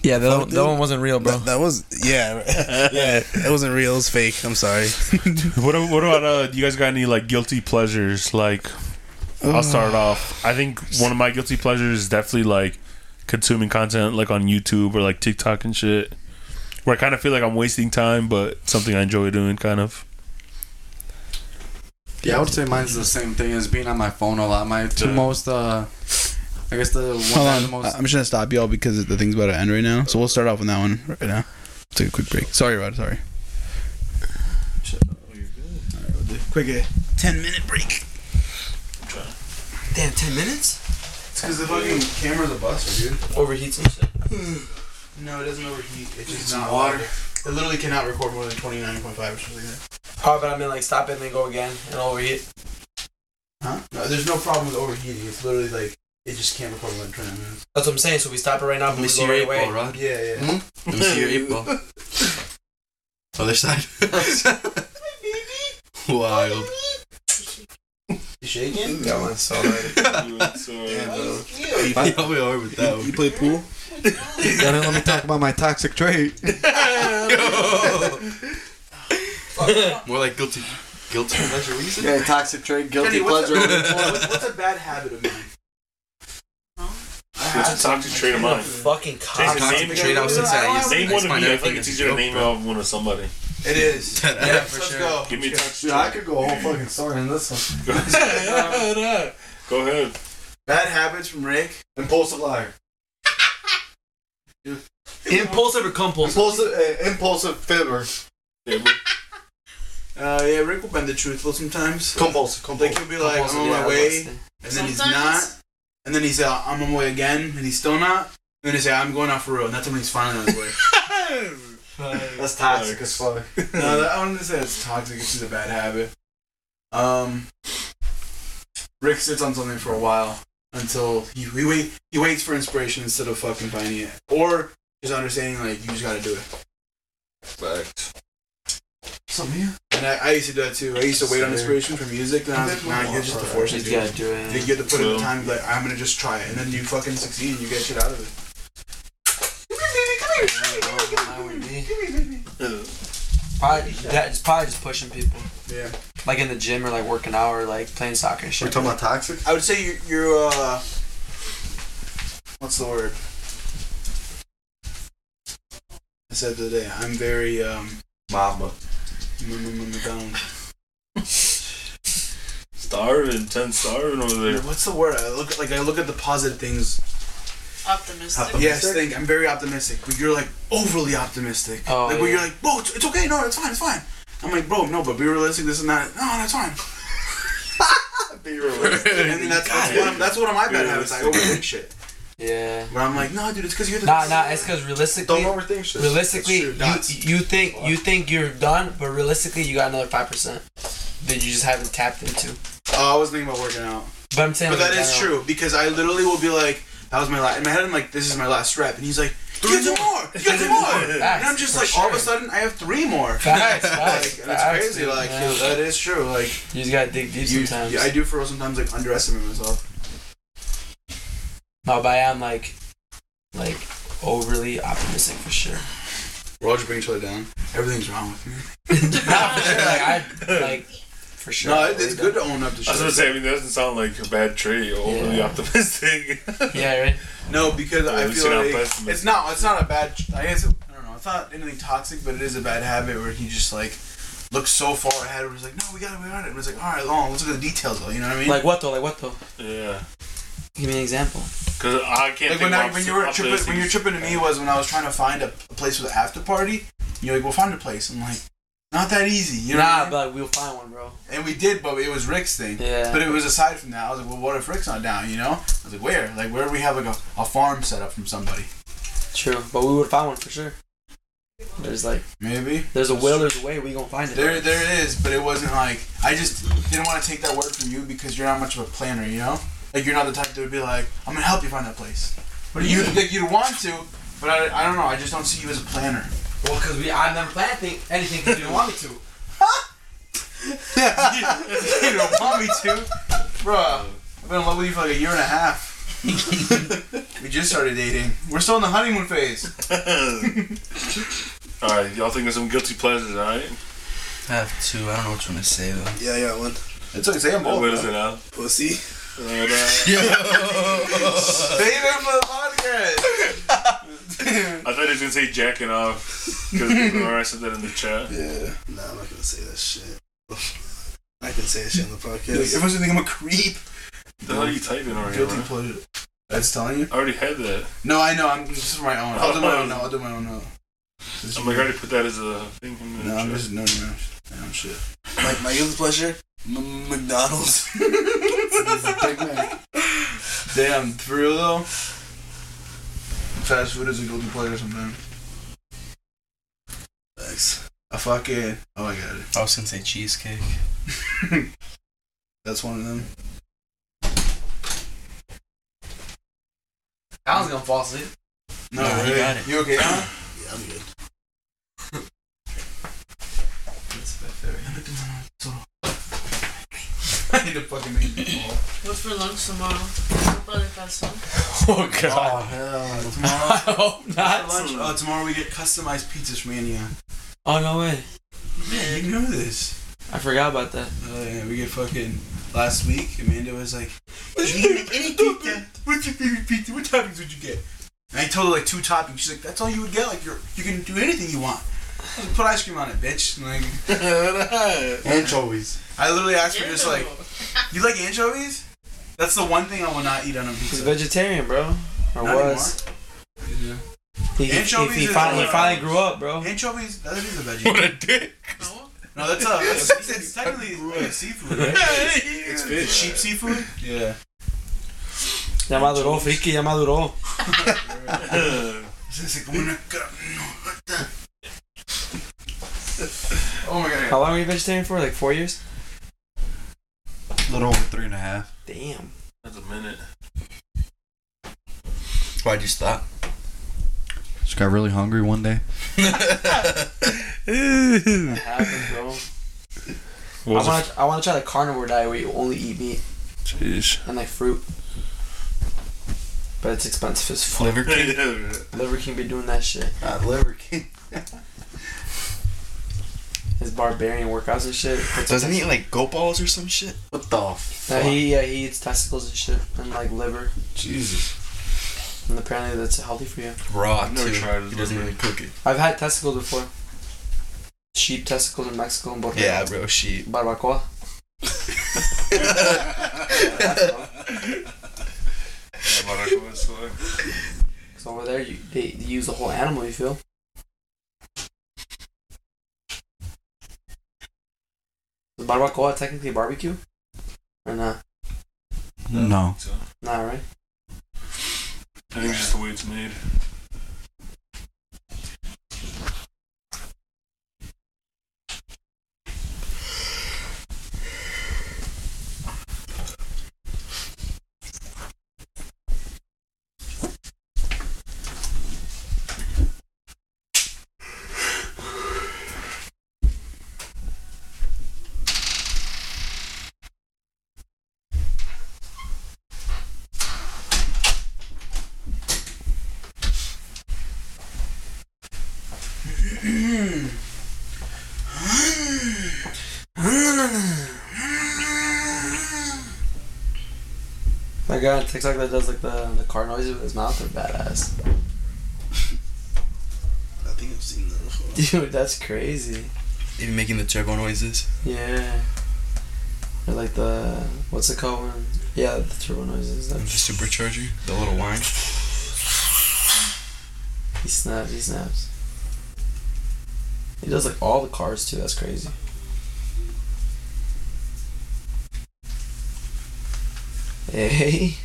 yeah, that,
Fuck,
one, that
dude.
one wasn't real, bro.
That, that was yeah, right. yeah. It wasn't real. It was fake. I'm sorry.
What, a- what about uh? You guys got any like guilty pleasures? Like, I'll start off. I think one of my guilty pleasures is definitely like consuming content like on YouTube or like TikTok and shit, where I kind of feel like I'm wasting time, but something I enjoy doing, kind of.
Yeah, I would say mine's the same thing as being on my phone a lot. My two
Yeah.
most, uh, I guess the
Hold
one that
on.
the
Uh,
most.
I- I'm just gonna stop y'all because the thing's about to end right now. So we'll start off on that one right now. Take a quick break. Sorry, Rod. Sorry. Quick, uh, ten minute break.
Damn, 10 minutes?
It's because the fucking camera's a buster, dude.
Overheats and shit.
No, it doesn't overheat. It's just
not water.
It literally cannot record more than twenty nine point five or something like that.
Oh, but I mean, like, stop it and then go again and overheat.
Huh? No, there's no problem with overheating. It's literally like it just can't record more than twenty nine minutes.
That's what I'm saying. So we stop it right now,
Let me see your eight ball, Rod.
Yeah, yeah.
Let me see your eight ball. Other side. Wild.
You shaking?
That one's so hard.
Yeah, we are with that one.
play pool?
Yeah, then let me talk about my toxic trait.
More like guilty. Guilty pleasure. What you say?
Yeah, toxic trait, guilty pleasure.
what's a bad habit of mine?
That's a toxic trait of mine.
Fucking cock.
Jason,
Toxic trait out since I used
Name
I
one of
find
me. I
everything
think it's
a
easier to
joke,
name
bro.
off one of somebody.
It is.
That-
Yeah,
for
let's
sure.
go.
Give me a toxic
Dude, I could go a whole fucking story in this one.
trait. Go ahead.
Bad habits from Rick.
Impulsive liar.
Impulsive or compulsive?
Impulsive, uh, impulsive fibber.
Uh, yeah, Rick will bend the truthful sometimes.
Compulsive,
Like he'll be like, I'm on my way, and then he's not, and then he's uh, I'm on my way again, and he's still not, and then he say I'm going out for real, and that's when he's finally on his way.
That's toxic as fuck.
no, that, I wouldn't say it's toxic. It's just a bad habit. Um, Rick sits on something for a while until he he, wait, he waits for inspiration instead of fucking finding it, or just understanding like you just gotta do it.
Something here?
And I, I used to do that too. I used to wait on inspiration for music, and I was like, nah, you just have to force it.
Just
Dude.
gotta do
You
it.
get to put in the
Yeah.
time, like I'm gonna just try it, and then you fucking succeed and you get shit out of it.
Probably, that, it's probably just pushing people.
Yeah,
Like in the gym or like working out or like playing soccer and
We're
shit.
talking about toxic?
I would say you're, you're uh, what's the word? I said the other day I'm very um,
Mama.
mm, mm, mm, down.
Starving, ten starving over there.
What's the word? I look like I look at the positive things.
Optimistic.
Yes, think I'm very optimistic, but you're like overly optimistic.
Oh,
like where
yeah.
you're like, bro, it's, it's okay, no, it's fine, it's fine. I'm like, bro, no, but be realistic. This is not. No, that's fine.
Be real.
And then that's that's one, of, that's one of my bad habits. I overthink shit.
Yeah.
But I'm like, no, dude, it's because you're the.
Nah, nah. It's because realistically,
Don't overthink shit.
realistically,
That's true, that's-
you, you think you think you're done, but realistically, you got another five percent that you just haven't tapped into.
Oh, I was thinking about working out,
But I'm saying,
but
like,
that is
I don't-
true because I literally will be like, that was my last. In my head, I'm like, this is my last rep, and he's like, you got two more, you got two more, and I'm just
for
like, all of a
sure.
sudden, I have three more.
Facts,
Like,
facts,
and it's
facts,
crazy.
dude,
Like
yeah.
that is true. Like
You just gotta dig deep
you,
sometimes.
yeah, I do for real sometimes like underestimate myself.
no, but I am like, like overly optimistic for sure.
We're all just bringing each other down. Everything's wrong with me.
Not for sure. Like I like for sure.
No, it, it's good to own up to
I was gonna
shit.
say, I mean, that doesn't sound like a bad trait. Overly
Yeah.
optimistic.
Yeah, right.
No, because
Yeah,
I
at least
feel
you're not
like
pessimistic.
it's not it's not a bad. I guess it, I don't know. It's not anything toxic, but it is a bad habit where he just like looks so far ahead. Where he's like, no, we got it, we got it. And it's like, all right, long. Let's look at the details, though. You know what I mean?
Like what though? Like what though?
yeah.
Give me an example.
Because I can't
Like
think
when, I,
of
when you were
off the
tripping, when you were
things.
tripping to me was when I was trying to find a, a place for the after party. and You're like, we'll find a place. I'm like, not that easy. You know what I
nah,
mean?
but we'll find one, bro.
And we did, but it was Rick's thing.
Yeah.
But it was aside from that. I was like, well, what if Rick's not down? You know? I was like, where? Like, where we have like a, a farm set up from somebody?
True, but we would find one for sure. There's like,
Maybe.
there's a will, there's a way. We gonna find it.
There, there is, but it wasn't like I just didn't want to take that word from you because you're not much of a planner, you know. Like you're not the type that would be like, "I'm gonna help you find that place," but you like you'd want to, but I, I don't know. I just don't see you as a planner.
Well, cause we, I never planned thing, anything because you didn't want me to.
you don't want me to, Bruh, I've been in love with you for like a year and a half. we just started dating. We're still in the honeymoon phase.
All right, y'all think of some guilty pleasures, all right?
I have two. I don't know which one to say though.
Yeah, I got one.
It's like Sam
Oh,
Bolt.
what is it now?
Pussy.
And, uh,
Dating for the podcast.
I thought he was gonna say jacking off because I said that in the chat.
Yeah. Nah, I'm not gonna say that shit. I can say that shit on the
Yes.
podcast.
Everyone's gonna think I'm a creep.
The hell are you typing over here?
Guilty
bro?
pleasure. That's telling you.
I already had that. Oh,
No, I know. I'm this is my own. I'll do my own. No, I'll do my own. uh, No. This
I'm like, I already put that as a thing. In the
no,
chat.
I'm just no, no, no, no, no shit.
my, my guilty pleasure? M- McDonald's.
Big Mac. Damn, for real though. Fast food is a guilty pleasure sometimes.
Thanks.
I fucking oh, I got it.
I was gonna say cheesecake.
That's one of them.
I was gonna fall asleep.
No,
No, you
really.
got it.
You okay? Alan?
Yeah, I'm good.
I need to fucking make you fall.
What's for lunch tomorrow? My brother got some.
Oh
Oh hell! Tomorrow,
I hope
for
not.
lunch, uh, tomorrow we get customized pizzas from Antioch.
Oh no way!
Man, you know this.
I forgot about that.
Oh yeah, we get fucking. Last week, Amanda was like, "What's your favorite pizza? What's your favorite pizza? What toppings would you get?" And I told her like two toppings. She's like, "That's all you would get. Like you're you can do anything you want. I was like, Put ice cream on it, bitch." And, like
Anchovies.
I literally asked her just like, "You like anchovies?" That's the one thing I will not eat on a
He's a
pizza.
vegetarian, bro. Or
Not
was.
anymore.
He, he,
Anchovies
he
is
finally,
on
he
the-
finally grew up, bro.
Anchovies, that is a veggie.
a dick.
No?
No, that's a. It's, it's technically like, seafood, right?
it's
It's sheep seafood. Yeah.
Ya maduró, Friki, ya maduró.
It's like, "I'm gonna go- what the-" Oh my god. I
How long were you vegetarian for? Like four years?
A little over three and a half.
Damn.
That's a minute.
Why'd you stop?
Just got really hungry one day.
That happens, bro.
What
I want to. I want to try the carnivore diet where you only eat meat
Jeez.
and like fruit. But it's expensive as fuck.
Liver king.
Liver King be doing that shit.
Uh, Liver King.
His barbarian workouts and shit. Puts up
Doesn't he eat like goat balls or some shit?
What the
his-
fuck?
No, he yeah he eats testicles and shit and like liver
Jesus.
and apparently that's healthy for you.
Raw
I've never
too.
tried his
he doesn't
liver.
even cook it.
I've had testicles before. Sheep testicles in Mexico and Borrego.
Yeah, bro. She.
Barbacoa. Cause over there you they, they use the whole animal. You feel? Is barbacoa technically barbecue? Or not?
No.
So,
Not right.
I think it's just the way it's made.
That guy on TikTok that does like the, the car noises with his mouth are badass.
I think I've seen that before.
Dude, that's crazy.
Even making the turbo noises.
Yeah. Or like the what's it called when? Yeah, the turbo noises.
The
That
supercharger, the little wine.
he snaps. He snaps. He does like all the cars too. That's crazy. Hey.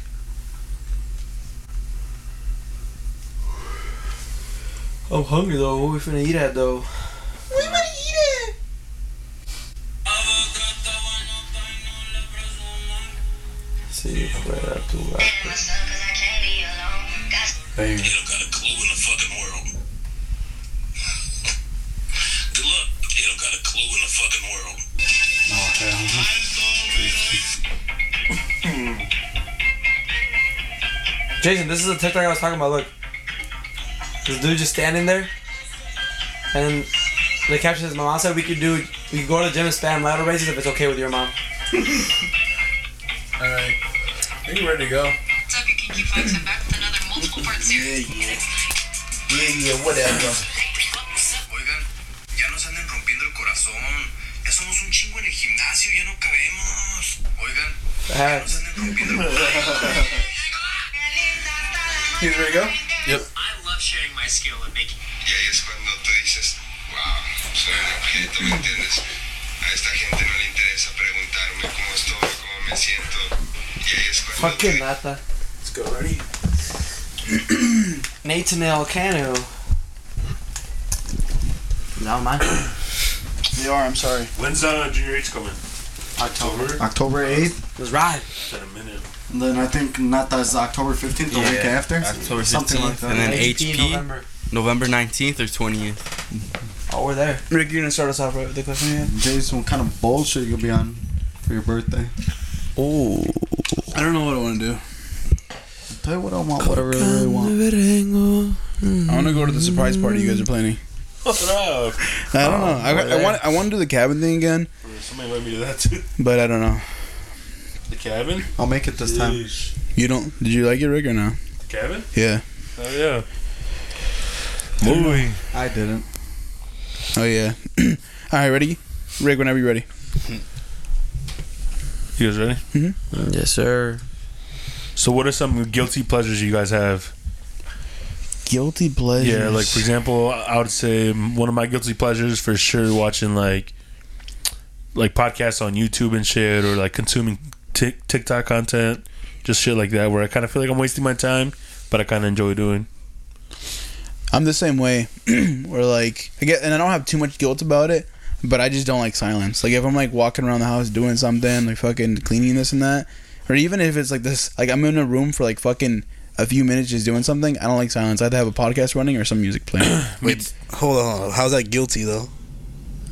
I'm hungry though. What we finna eat at though? See, right up to that.
Bang. Oh, hell.
Jason, this is the TikTok I was talking about. Look, this dude just standing there, and the caption says, "My mom said we could do, we could go to the gym and spam lateral raises if it's okay with your mom."
Alright. I think we're ready to go. Yeah, yeah, whatever.
Ya nos andan rompiendo el corazón. Ya somos un chingo en el gimnasio, ya no cabemos. Oigan,
Ah,
nos andan rompiendo el corazón.
You ready to go?
I love sharing my skill and making. Y ahí es cuando tú dices, wow, soy un objeto, ¿me entiendes? A esta gente no le interesa preguntarme cómo estoy, cómo me siento. Y ahí es cuando.
fucking Nata.
Let's go, ready?
Nathan Elcano. No man.
They are. I'm sorry.
When's uh, Junior H coming? October.
October 8th,
Let's ride.
It's in a minute.
and then I think not that's October 15th, the week after.
October
Something
15th,
like that.
and then
HP,
HP, November.
November.
19th or 20th.
Oh, we're there.
Rick, you're gonna start us off right with the question again.
Jason, what kind of bullshit you gonna be on for your birthday?
Oh. I don't know what I want to do.
Tell you what I want, what I really, really want.
I want to go to the surprise party you guys are planning.
What's up?
I don't know. I, I want. I want to do the cabin thing again,
Somebody let me do that too.
but I don't know.
The cabin?
I'll make it this time.
Yeesh.
You don't? Did you like it, Rick, or no?
The cabin?
Yeah.
Oh, yeah. Movie.
I didn't.
Oh yeah. All right, ready, Rick. Whenever you're ready.
You guys ready?
Yes, sir.
So, what are some guilty pleasures you guys have?
Guilty pleasure.
Yeah, like for example, I would say one of my guilty pleasures for sure watching like like podcasts on YouTube and shit, or like consuming Tik TikTok content, just shit like that, where I kind of feel like I'm wasting my time, but I kind of enjoy doing.
I'm the same way. where like I get, and I don't have too much guilt about it, but I just don't like silence. Like if I'm like walking around the house doing something, like fucking cleaning this and that, or even if it's like this, like I'm in a room for like fucking a few minutes just doing something. I don't like silence. I have to have a podcast running or some music playing
Wait, hold on. hold on. How's that guilty though?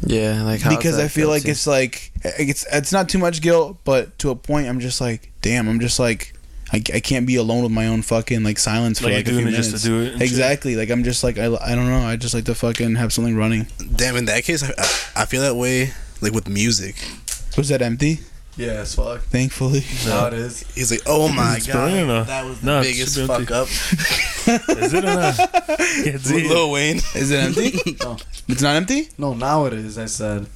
Yeah, like
because I feel like it's like it's it's not too much guilt, but to a point I'm just like, damn, I'm just like. I, I can't be alone with my own fucking like silence for
Like,
like,
you're
a
doing
few
it just
minutes.
to do it and shit.
exactly. Like I'm just like I, I don't know. I just like to fucking have something running.
Damn, in that case, I, I, I feel that way. Like with music,
Was that empty?
Yeah, as fuck.
Thankfully.
Now it is.
he's like, "Oh my
It's burning, uh,
god, that was the
no, it's
biggest
super
fuck up."
Is it or not? Yeah, it's it.
Lil Wayne.
Is it empty?
No.
It's not empty?
No, now it is. I said.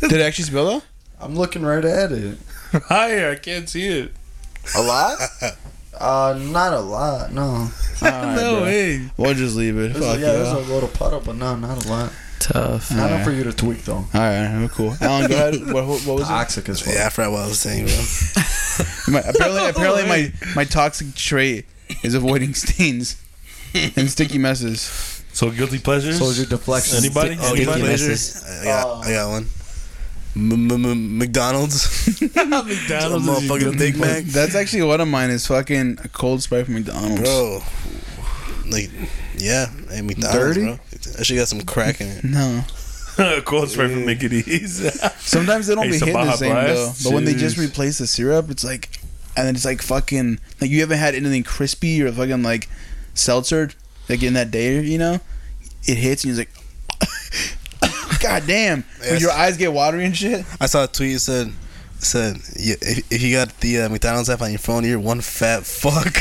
Did it actually spill though?
I'm looking right at it.
Higher, I can't see it.
A lot? uh, not a lot. No.
no way. We'll just leave it.
There's a-
Fuck
yeah,
yeah.
there's a little puddle, but no, not a lot.
tough.
Not
Alright.
enough for you to tweak though.
All right, well, cool. Alan, go ahead. What, what was it?
Toxic as fuck.
Yeah, I forgot what I was saying, bro.
My, apparently, apparently my, my toxic trait is avoiding stains and sticky messes.
So guilty pleasures.
So is your deflection.
Anybody?
Oh,
Anybody?
guilty I got, I got one. M- m- m- McDonald's,
McDonald's. is your
motherfucking
guilty
Big Mac,
That's actually one of mine. Is fucking a cold Sprite from McDonald's.
bro. Like, yeah, hey, McDonald's,
Dirty?
bro. That shit got some crack in it.
No.
pleasure? Cold spray from Mickey D's.
Sometimes they don't
Hey,
be
some
hitting the
Baja
same though.
Blast,
But when they just
jeez.
replace the syrup, it's like, and then it's like fucking like you haven't had anything crispy or fucking like seltzer like in that day, you know? It hits and you're like, God damn! When
Yes.
your eyes get watery and shit.
I saw a tweet that said said "Yeah, if, if you got the uh, McDonald's app on your phone, you're one fat fuck.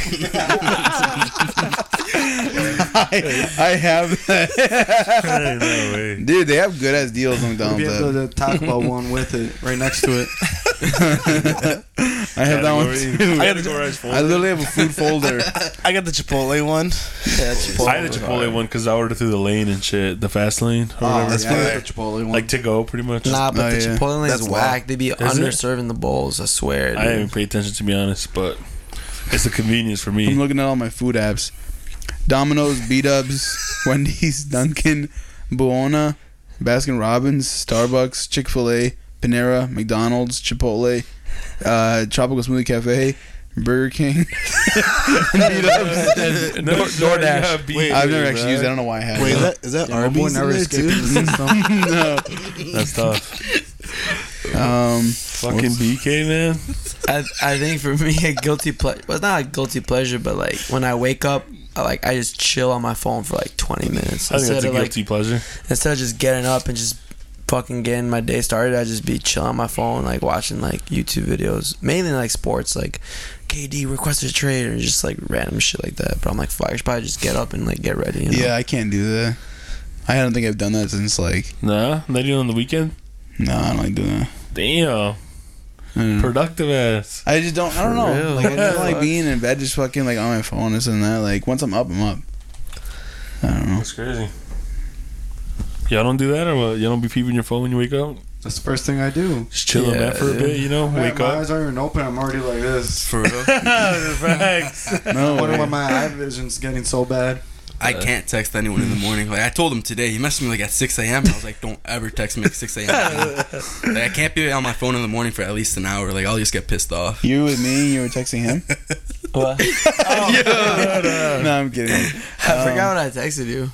I, I have that,
Hey, no way.
dude. They have good ass deals on
We'll be
McDonald's.
able
app.
to talk about one with it right next to it.
I have that one. too.
I categorized
I
folder.
literally have a food folder.
I got the Chipotle one.
I had the Chipotle one because I ordered through the lane and shit, the fast lane or
Oh,
whatever.
that's
yeah.
yeah. the Chipotle one.
like to go, pretty much.
Nah, but
Oh,
the
yeah.
Chipotle
That's
is
wild.
whack. They be under serving the bowls. I swear.
I
dude.
didn't pay attention to be honest, but it's the convenience for
I'm
me.
looking at all my food apps: Domino's, B Dubs, Wendy's, Dunkin', Buona, Baskin Robbins, Starbucks, Chick Fil A, Panera, McDonald's, Chipotle, uh, Tropical Smoothie Cafe, Burger King.
No, DoorDash.
I've never actually used. it. I don't know why I have.
Wait,
it.
is that, is that
yeah, my boy
Arby's? in
never
there,
escaped
too?
the system.
no.
That's tough.
Um,
Fucking BK man.
I, I think for me a guilty pleasure well, it's not a guilty pleasure but like when I wake up I like I just chill on my phone for like 20 minutes
I think
instead
that's a
of like
guilty pleasure.
instead of just getting up and just fucking getting my day started I just be chilling on my phone like watching like YouTube videos mainly like sports like KD requested a trade or just like random shit like that but I'm like fuck I should probably just get up and like get ready you know?
yeah, I can't do that. I don't think I've done that since like.
Nah, not even on the weekend.
No, I don't like doing that.
Damn,
I
Mm.
don't know.
productive ass.
I just don't. I don't
For
know.
real.
Like I don't like
Fuck.
being in bed, just fucking like on my phone, this and that. Like once I'm up, I'm up. I don't know.
That's crazy. Y'all don't do that or what? Y'all don't be peeping your phone when you wake up?
That's the first thing I do.
Just chill on
Yeah,
that for a
yeah.
bit, you know?
Man,
Wake
my
up.
eyes aren't even open. I'm already like this.
For real,
Facts.
No,
I wonder why
way.
my eye vision's getting so bad.
I can't text anyone in the morning. Like I told him today, he messaged me like at 6 a.m. I was like, don't ever text me at 6 a.m. like I can't be on my phone in the morning for at least an hour. Like I'll just get pissed off.
you were with me. You were texting him.
What?
no, I'm kidding.
I forgot what I texted you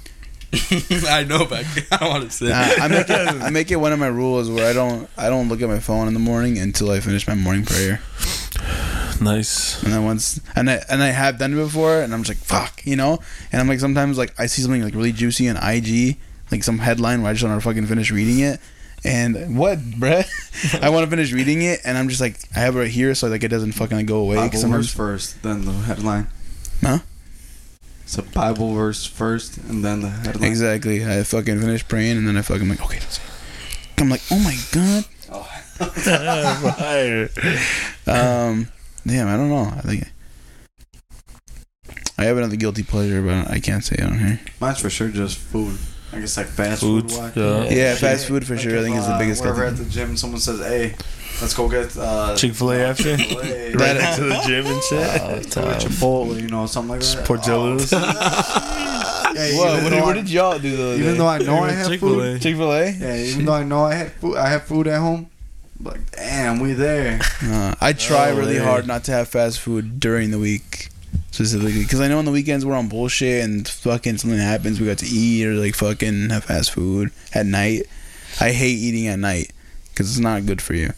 I know, but I don't want to say.
Nah, Uh, I make it. I make it one of my rules where I don't. I don't look at my phone in the morning until I finish my morning prayer.
Nice.
And then once, and I and I have done it before, and I'm just like fuck, you know. And I'm like sometimes like I see something like really juicy on IG, like some headline where I just want to fucking finish reading it. And what, bruh? I want to finish reading it, and I'm just like I have it right here, so like it doesn't fucking like, go away. 'cause
Bible verse
sometimes-
first, then the headline.
Huh?
It's a Bible verse first, and then the headline.
exactly. I fucking finish praying, and then I fucking like okay, that's it. I'm like oh my god.
Fire.
Um, damn, I don't know. I think I have another guilty pleasure, but I can't say it on here.
Mine's for sure just food. I guess like fast food.
Food.
wise.
Yeah.
Yeah,
Shit.
fast food for
Like
sure. I
if,
think is the
uh,
biggest
Whenever
guilty.
at the gym, someone says, "Hey, let's go get uh,
Chick fil A after?
Chick-fil-A,
Right
That-
next to the gym and shit.
or Chipotle, you know, something like that."
Portillo's.
Oh, yeah,
Whoa, what
even though
did, what
I-
did y'all do the other
Even though I know I have food,
Chick Fil A?
yeah, even though I know I had food, I have food at home. but, Like, damn, we there.
Uh, I try
Oh,
really
yeah.
hard not to have fast food during the week, specifically because I know on the weekends we're on bullshit and fucking something happens, we got to eat or like fucking have fast food at night. I hate eating at night because it's not good for you,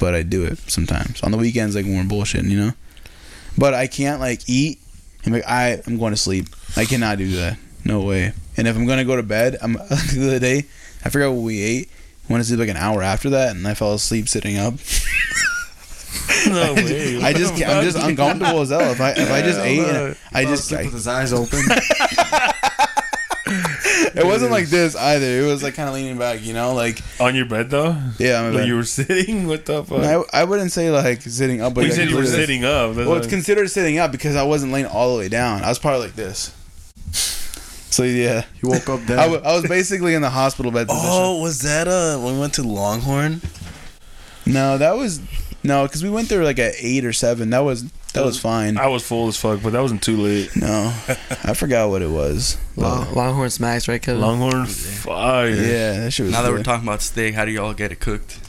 but I do it sometimes on the weekends, like when we're bullshitting, you know. But I can't like eat and be like I I'm going to sleep. I cannot do that. No way. And if I'm gonna go to bed, I'm the other day I forgot what we ate. Went to sleep like an hour after that, and I fell asleep sitting up.
No way.
I just I'm just uncomfortable as hell. If I if I just ate, and I
Fell
just
asleep
I,
with his eyes open.
it wasn't like this either. It was like kind of leaning back, you know, like
On your bed though?
yeah. my
Like
bad.
you were sitting? What the fuck?
No, I, I wouldn't say like sitting up, but
we
I
said you were
consider-
sitting uh, up. That's
Well, it's
why-
considered sitting up because I wasn't laying all the way down. I was probably like this. So yeah,
You woke up dead.
I, w- I was basically in the hospital bed position.
Oh, was that uh when we went to Longhorn?
No, that was no because we went there like at eight or seven. That was that was fine.
I was full as fuck, but that wasn't too late.
No, I forgot what it was.
Oh.
Long, Longhorn smacks right Kevin
Longhorn fire.
Yeah, that shit was.
Now that
good.
we're talking about steak, how do y'all get it cooked?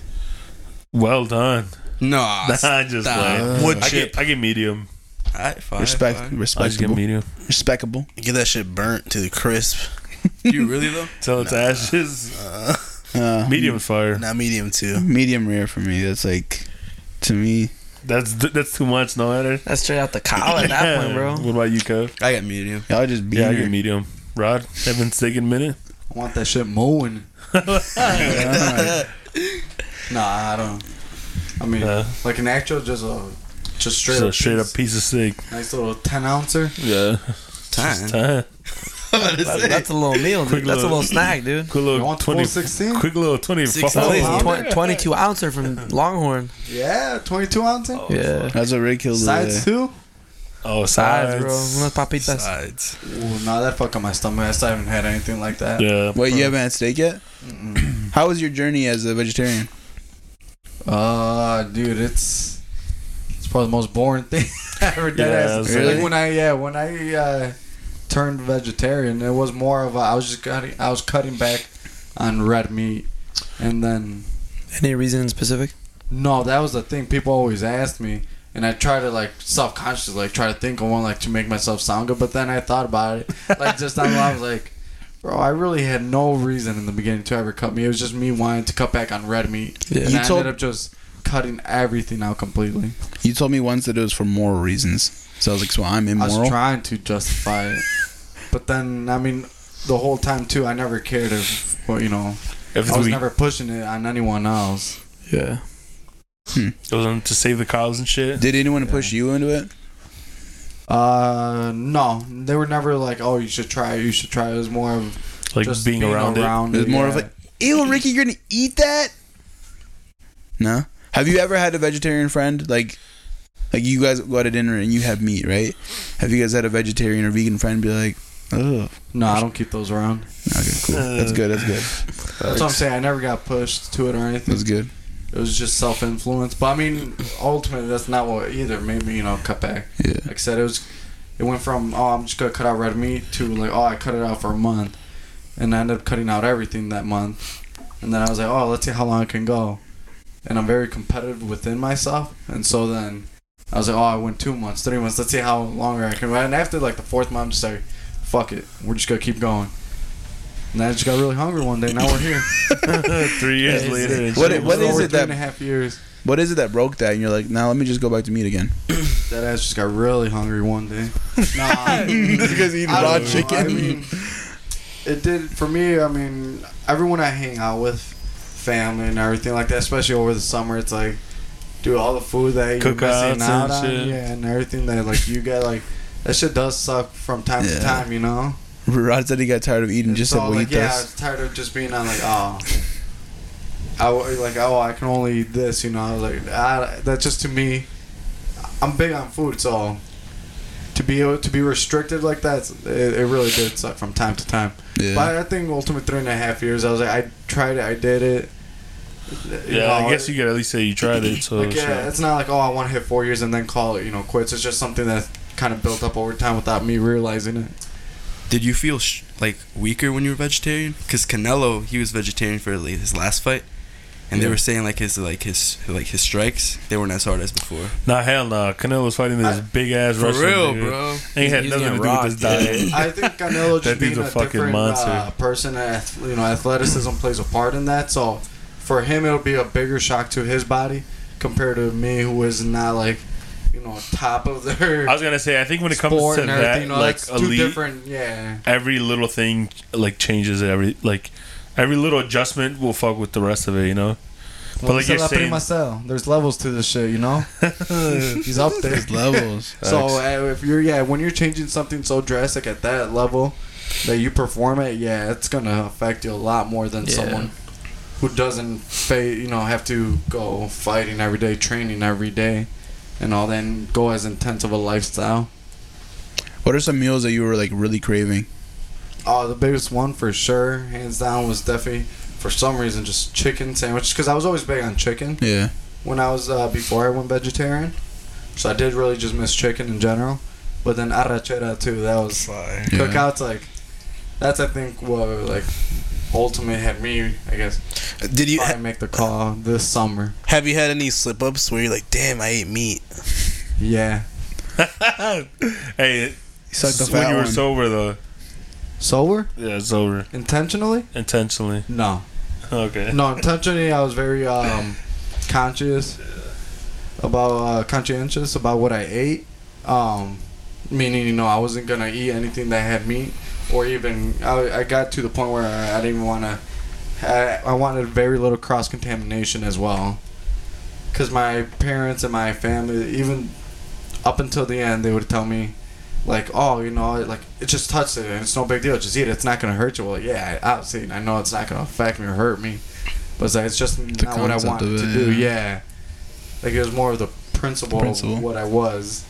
Well done.
Nah,
Nah, just
stop.
like
Wood
I
chip.
get, I get medium.
All right, fine,
Respect,
fine.
I just get
respectable,
medium.
respectable.
Get that shit burnt to the crisp.
Do you really though?
Till it's ashes.
Uh,
Uh,
Medium's fire.
not medium too.
medium rare for me. That's like to me.
That's that's too much. No matter.
that's straight out the collar at that point bro
What about you, Kev?
I got medium.
Y'all just be
Yeah, I
here.
get medium. Rod, have been sick in a minute.
I want that shit mowing. Nah, I don't. I mean,
Yeah.
like an actual, just a, just straight
Just a
up,
straight up
piece.
piece of sick.
nice little ten ouncer.
Yeah.
Time.
Time.
about to say.
That's a little meal, dude.
Quick
That's a
little-
little snack, dude.
Quick little
want the full
20,
16?
Quick little 20.
Six
fuck.
At least
Oh,
twen-
yeah.
22 ouncer from Longhorn.
Yeah, 22 ounce.
yeah.
That's what Ray killed. the other
Sides
day.
too?
Oh,
Sides, bro.
sides.
Unas papitas.
Sides.
Ooh, nah, that fuck on my stomach. I still haven't had anything like that.
Yeah.
Wait, you haven't had steak yet? How was your journey as a vegetarian?
Uh, dude, it's it's probably the most boring thing I ever did.
Yeah,
As-
really?
Like when I yeah when I uh, turned vegetarian, it was more of a, I was just cutting I was cutting back on red meat, and then
Any reason in specific?
no, that was the thing people always asked me, and I try to like self consciously like try to think of one like to make myself sound good, but then I thought about it like just now I was like. Bro, I really had no reason in the beginning to ever cut meat. It was just me wanting to cut back on red meat,
Yeah.
and
You
I
told-
ended up just cutting everything out completely.
You told me once that it was for moral reasons. So I was like, so I'm
I was
immoral.
trying to justify it, but then I mean, the whole time too, I never cared if well, you know,
If
I was
we,
never pushing it on anyone else.
Yeah.
it was on to save the cows and shit.
Did anyone push you into it?
Uh, no, they were never like, oh, you should try, it, you should try. It It was more of
Like
just
being, around,
It was more of
yeah.
like, ew, Ricky, you're gonna eat that? No. Have you ever had a vegetarian friend like, like you guys go out to dinner and you have meat, right? Have you guys had a vegetarian or vegan friend be like, oh,
no, I don't keep those around.
okay, cool, that's good, that's good,
That's what I'm saying. I never got pushed to it or anything.
that's good.
It was just self influence. But I mean, ultimately, that's not what either made me, you know, cut back.
Yeah.
Like I said, it was it went from oh I'm just gonna cut out red meat to like oh I cut it out for a month, and I ended up cutting out everything that month, and then I was like oh let's see how long I can go, and I'm very competitive within myself, and so then I was like oh I went two months, three months, let's see how longer I can. And after like the fourth month, I'm just like fuck it, we're just gonna keep going. And I just got really hungry one day. Now we're here.
it. Three years
Yeah,
later. and
What
shit.
it- what
Over
is it
three
that-
and a half years?
What is it that broke that? And you're like, now let me just go back to meat again.
That ass just got really hungry one day. Nah,
Because he eating
I
raw
don't know.
chicken.
I mean, it did for me. I mean, everyone I hang out with, family and everything like that, especially over the summer, it's like, dude, all the food that you're
Cookouts
missing out
and
on,
shit.
yeah, and everything that like you get, like that shit does suck from time
Yeah.
to time, you know.
Rod said he got tired of eating,
And
just
so,
said, well,
like,
eat
yeah,
this.
I was tired of just being on like, oh. I wa- like oh I can only eat this you know I was like ah, that's just to me I'm big on food so to be able to be restricted like that it, it really did suck from time to time
Yeah.
but I think ultimate three and a half years I was like I tried it I did it You
Yeah,
know,
I guess you could at least say you tried it. So
like,
shit.
yeah, it's not like oh I want to hit four years and then call it you know quits it's just something that kind of built up over time without me realizing it
Did you feel sh- like weaker when you were vegetarian? Because Canelo, he was vegetarian for like, his last fight, and they were saying like his like his like his strikes they weren't as hard as before.
Nah, hell nah. Canelo was fighting this
I-
big ass Russian. dude. Ain't had
He's
nothing to do
getting
with this diet.
I think Canelo
That dude's
just being
a
a,
fucking
different
monster.
Uh, person, ath- you know, athleticism plays a part in that. So for him, it'll be a bigger shock to his body compared to me, who is not like, you know, top of their
I was gonna say, I think when it comes
sport
to
and everything.
that,
you know,
like
that's two
elite,
different, yeah.
every little thing like changes every like every little adjustment will fuck with the rest of it. You know. But like you're saying,
there's levels to this shit, you know. He's up there.
Levels.
So uh, if you're yeah, when you're changing something so drastic at that level that you perform it, yeah, it's gonna affect you a lot more than
Yeah.
someone who doesn't, fa- you know, have to go fighting every day, training every day, and all that, and go as intense of a lifestyle.
What are some meals that you were like really craving?
Oh, the biggest one for sure, hands down, was definitely for some reason just chicken sandwiches because I was always big on chicken
Yeah.
when I was uh, before I went vegetarian, so I did really just miss chicken in general. But then arrachera too, that was
Fire.
Yeah.
cookouts like that's I think what like ultimate had me I guess
Did you
I make the call this summer.
have you had any slip ups where you're like, damn, I ate meat?
Yeah.
hey,
He sucked the
when
fat
you were
one.
sober though,
Sober?
yeah, it's over
Intentionally?
intentionally.
No.
Okay.
No, intentionally I was very um conscious about uh, conscientious about what I ate. Um meaning, you know, I wasn't gonna eat anything that had meat or even I, I got to the point where I, I didn't wanna I, I wanted very little cross contamination as well. Because my parents and my family, even up until the end, they would tell me, like, oh, you know, like it just touched it and it's no big deal. Just eat it. It's not gonna hurt you. Well, yeah, I, I've seen. I know it's not gonna affect me or hurt me, but it's like it's just not what I
concept
wanted
of
to
it,
do.
yeah.
Yeah, like it was more of the principle,
Principle.
of what I was,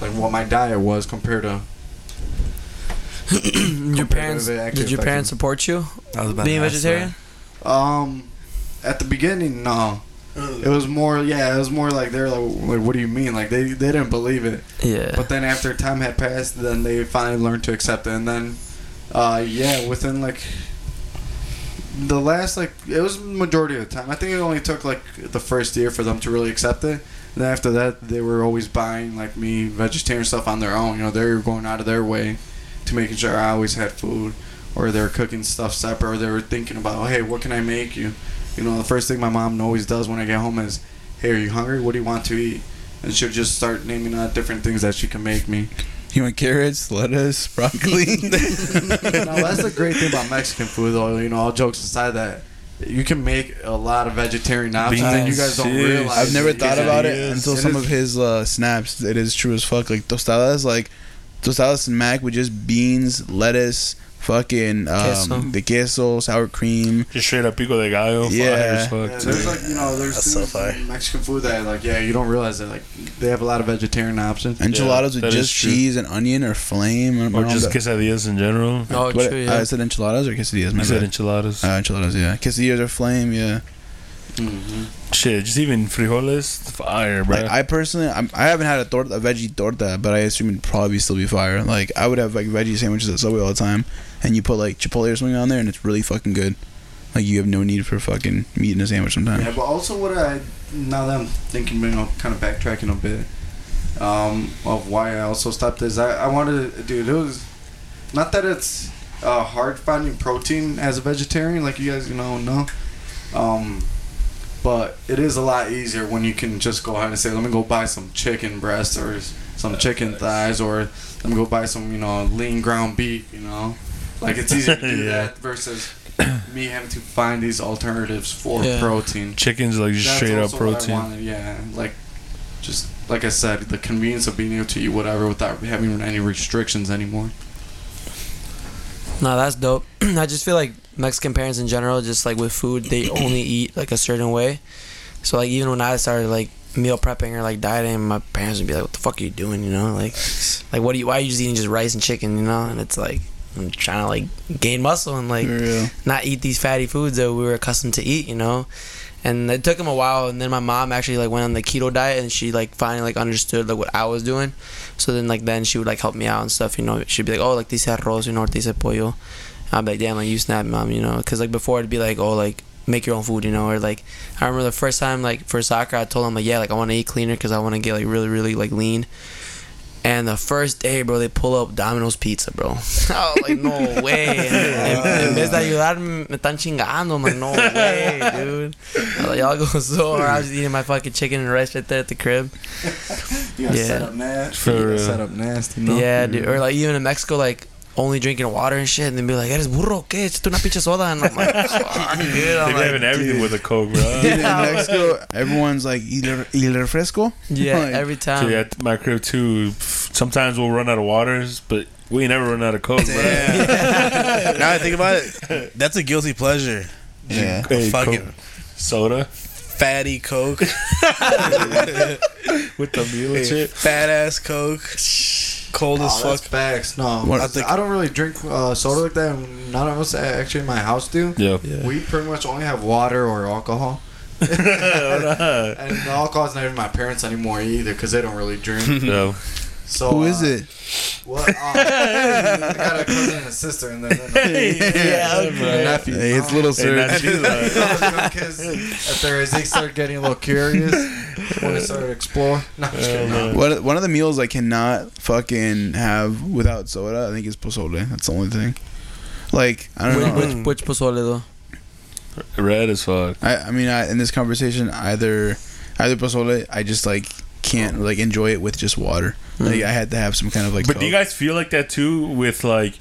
like what my diet was compared to.
your
compared to
parents?
if it actually
Did your
affected
parents support you
I was about
being
to ask
vegetarian?
me. Um, at the beginning, no. It was more, yeah. It was more like they're like, like, what do you mean? Like they, they didn't believe it.
Yeah.
But then after time had passed, then they finally learned to accept it. And then, uh, yeah, within like the last like it was majority of the time. I think it only took like the first year for them to really accept it. And then after that, they were always buying like me vegetarian stuff on their own. You know, they were going out of their way to making sure I always had food, or they were cooking stuff separate, or they were thinking about, hey, what can I make you? You know, the first thing my mom always does when I get home is, hey, are you hungry? What do you want to eat? And she'll just start naming out different things that she can make me.
You want carrots, lettuce, broccoli?
no, that's the great thing about Mexican food, though. You know, all jokes aside, that you can make a lot of vegetarian options
Beans
that
and
you guys don't
cheese.
realize.
I've never thought
Yeah.
about it
Yes.
until
It
some
is-
of his uh, snaps. It is true as fuck. Like tostadas, like tostadas and mac with just beans, lettuce, fucking um,
Queso.
the queso, sour cream.
Just straight up pico de gallo.
Yeah.
Fire
Yeah,
as fuck,
there's like you know, there's
That's so
things
fire.
in Mexian food that like yeah, you don't realize that like they have a lot of vegetarian options.
Enchiladas with
that is
just
true.
cheese and onion or flame. I don't
dude. Or
know
just
the-
quesadillas in general.
Oh,
what-
true.
I
Yeah.
said enchiladas or quesadillas.
You
My
said
bad.
enchiladas.
Uh, enchiladas, yeah. Quesadillas or flame, yeah.
hmm
Shit, just even frijoles, fire, bro.
Like I personally, I'm, I haven't had a torta, a veggie torta, but I assume it'd probably still be fire. Like I would have like veggie sandwiches at Subway all the time, and you put like chipotle or something on there, and it's really fucking good. Like you have no need for fucking meat in a sandwich sometimes.
Yeah, but also what I now that I'm thinking, you know, kind of backtracking a bit um, of why I also stopped is I, I wanted to, dude, it was not that it's uh, hard finding protein as a vegetarian, like you guys, you know, know, um, but it is a lot easier when you can just go ahead and say, let me go buy some chicken breasts or s- some chicken thighs, or let me go buy some, you know, lean ground beef, you know. Like it's easier to do
Yeah.
that versus me having to find these alternatives for
Yeah.
protein.
Chicken's like just
That's
straight up
also what I
protein.
wanted, yeah, like just like I said, the convenience of being able to eat whatever without having any restrictions anymore.
No, that's dope. I just feel like Mexican parents in general, just like with food, they only eat like a certain way. So like even when I started like meal prepping or like dieting, my parents would be like, "What the fuck are you doing?" You know, like, like what are you? Why are you just eating just rice and chicken? You know, and it's like I'm trying to like gain muscle and like
For real.
not eat these fatty foods that we were accustomed to eat, you know. And it took him a while, and then my mom actually like went on the keto diet, and she like finally like understood like what I was doing. So then like then she would like help me out and stuff, you know. She'd be like, oh like dice arroz, you know, or dice pollo. I'd be like, damn, like you snap, mom, you know, because like before it'd be like, oh like make your own food, you know, or like I remember the first time like for soccer, I told him like yeah, like I want to eat cleaner because I want to get like really really like lean. And the first day, bro, they pull up Domino's Pizza, bro. I was like, no way. En en vez de ayudarme, me están chingando. I'm like, no way, dude. I was like, y'all go so hard. I was just eating my fucking chicken and rice right there at the crib.
You gotta
Yeah.
set up nasty.
For
you gotta
real.
set up nasty. No?
Yeah, dude. Or like even in Mexico, like only drinking water and shit, and then be like, eres burro, o qué? Échate una pinche soda. And I'm like, fuck, dude.
They're
I'm like,
having everything
dude.
with a coke, bro.
Dude, in Mexico, everyone's like, "Y le y le refresco?
yeah,
Like,
every
Dude,
time.
at my crib too. Sometimes we'll run out of waters, but we ain't never run out of coke, bro.
Damn. now I think about it, that's a guilty pleasure.
Yeah.
Hey,
Fucking
Coke. soda
fatty Coke,
with the meal and shit.
fat ass Coke, cold
Oh,
as
that's
fuck.
facts. No,
What-
I, think- I don't really drink uh, soda like that. and None of us a- actually in my house do.
Yeah.
We pretty much only have water or alcohol,
no.
and the alcohol's not even my parents anymore either because they don't really
Hmm.
drink. So
Who is
uh,
it?
What? Oh, I got a cousin and a sister, and then, then uh,
Yeah,
a
okay.
nephew.
Hey, it's little
Hey,
sir.
not you, though.
because if there is, they start getting a little curious when they start to explore. No, I'm just kidding.
man.
One one of the meals I cannot fucking have without soda, I think, is pozole. That's the only thing. Like I don't
Which,
know.
which, which pozole, though?
Red as fuck.
I, I mean, I, in this conversation, either either pozole, I just like can't like enjoy it with just water. Like I had to have some kind of like.
But do you
Coke.
guys feel like that too? With like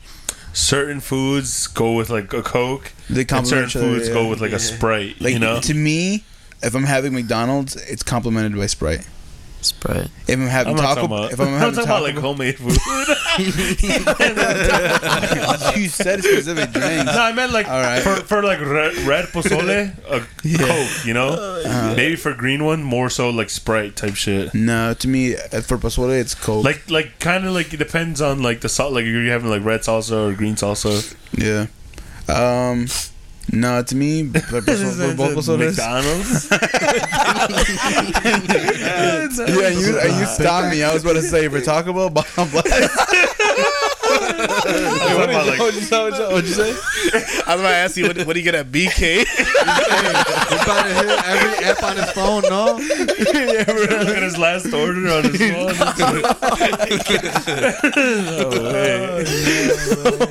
certain foods go with like a coke,
they
and
complement
certain
each other,
foods
yeah.
go with like a sprite.
Like
you know,
to me, if I'm having McDonald's, it's complemented by Sprite.
Sprite.
If I'm having
I'm not
taco,
talking about.
if I'm
I'm
having
talking
taco,
about like homemade food.
you said specific drinks.
no, I meant like
All right.
for, for like red, red pozole, a coke, you know.
Oh,
Maybe for green one, more so like Sprite type shit.
No, to me, uh, for pozole, it's cold.
Like like kind of like it depends on like the salt. Like if you're having like red salsa or green salsa.
yeah. Um, no, to me, but pozole, both pozoles.
McDonald's.
Yeah, and you, and you stopped me. I was about to say for Taco Bell, bottom black.
I'm talking about, like,
you say? What'd you say?
I was about to ask you, what, what do you get at BK?
You're about to hit every app on his phone, no?
Look at his last order on his phone. No
Oh,
way.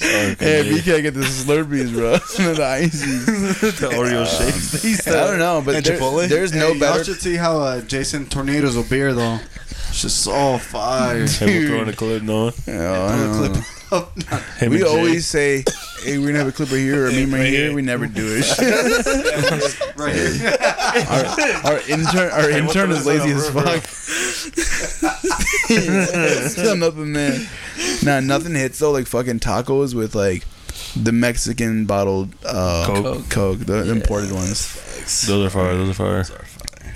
Hey, BK, get the Slurpees, bro. the ices. Uh,
The Oreo shakes.
I don't know, but
And
there-
Chipotle?
there's no
Hey, Y'all
better.
should see how uh, Jason Tornadoes will beer though. It's just so fire.
Hey, we're throwing a clip, no.
Oh, I don't know.
Him
We
and Jay.
always say, "Hey, we're gonna have a clip right here or a meme right here." We never do it.
right here.
our intern, our
Hey, what's
intern
the
is
list
lazy
on
as
River?
fuck. Still nothing, man. Nah, nothing hits though. Like fucking tacos with like the Mexican bottled uh,
Coke.
Coke, the the imported ones.
Those are fire. Those are fire.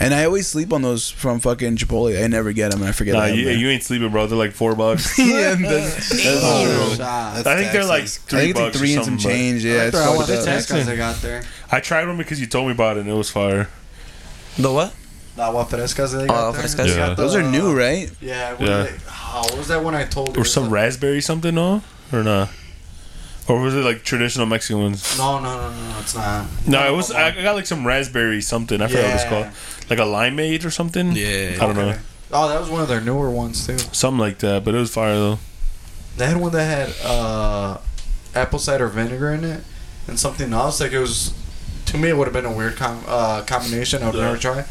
And I always sleep on those from fucking Chipotle. I never get them. I forget.
Nah,
I have
you,
them.
you ain't sleeping, bro. They're like four bucks.
yeah, that's, that's
Oh,
true.
Shot.
I think they're like three
I think it's like
bucks
three
or
and some
something. but-
change. Yeah, it's
After I
fucked
want the
up.
frescas I got there.
I tried one because you told me about it and it was fire.
The what?
The agua frescas I got
Oh,
there.
frescas.
You got
Yeah.
the-
Those are
uh,
new, right?
Yeah. What,
Yeah.
yeah. Oh, what was that one I told you?
Or some raspberry something, no? Or not? Or was it like traditional Mexican ones?
No, no, no, no, no, it's not.
No, it was. I I got like some raspberry something. I forgot what it's
Yeah.
called. Like a limeade or something.
Yeah.
I don't know.
Oh, that was one of their newer ones too.
Something like that. But it was fire though.
They had one that had uh, apple cider vinegar in it and something else. Like it was, to me, it would have been a weird com- uh, combination. I would
Yeah.
never try.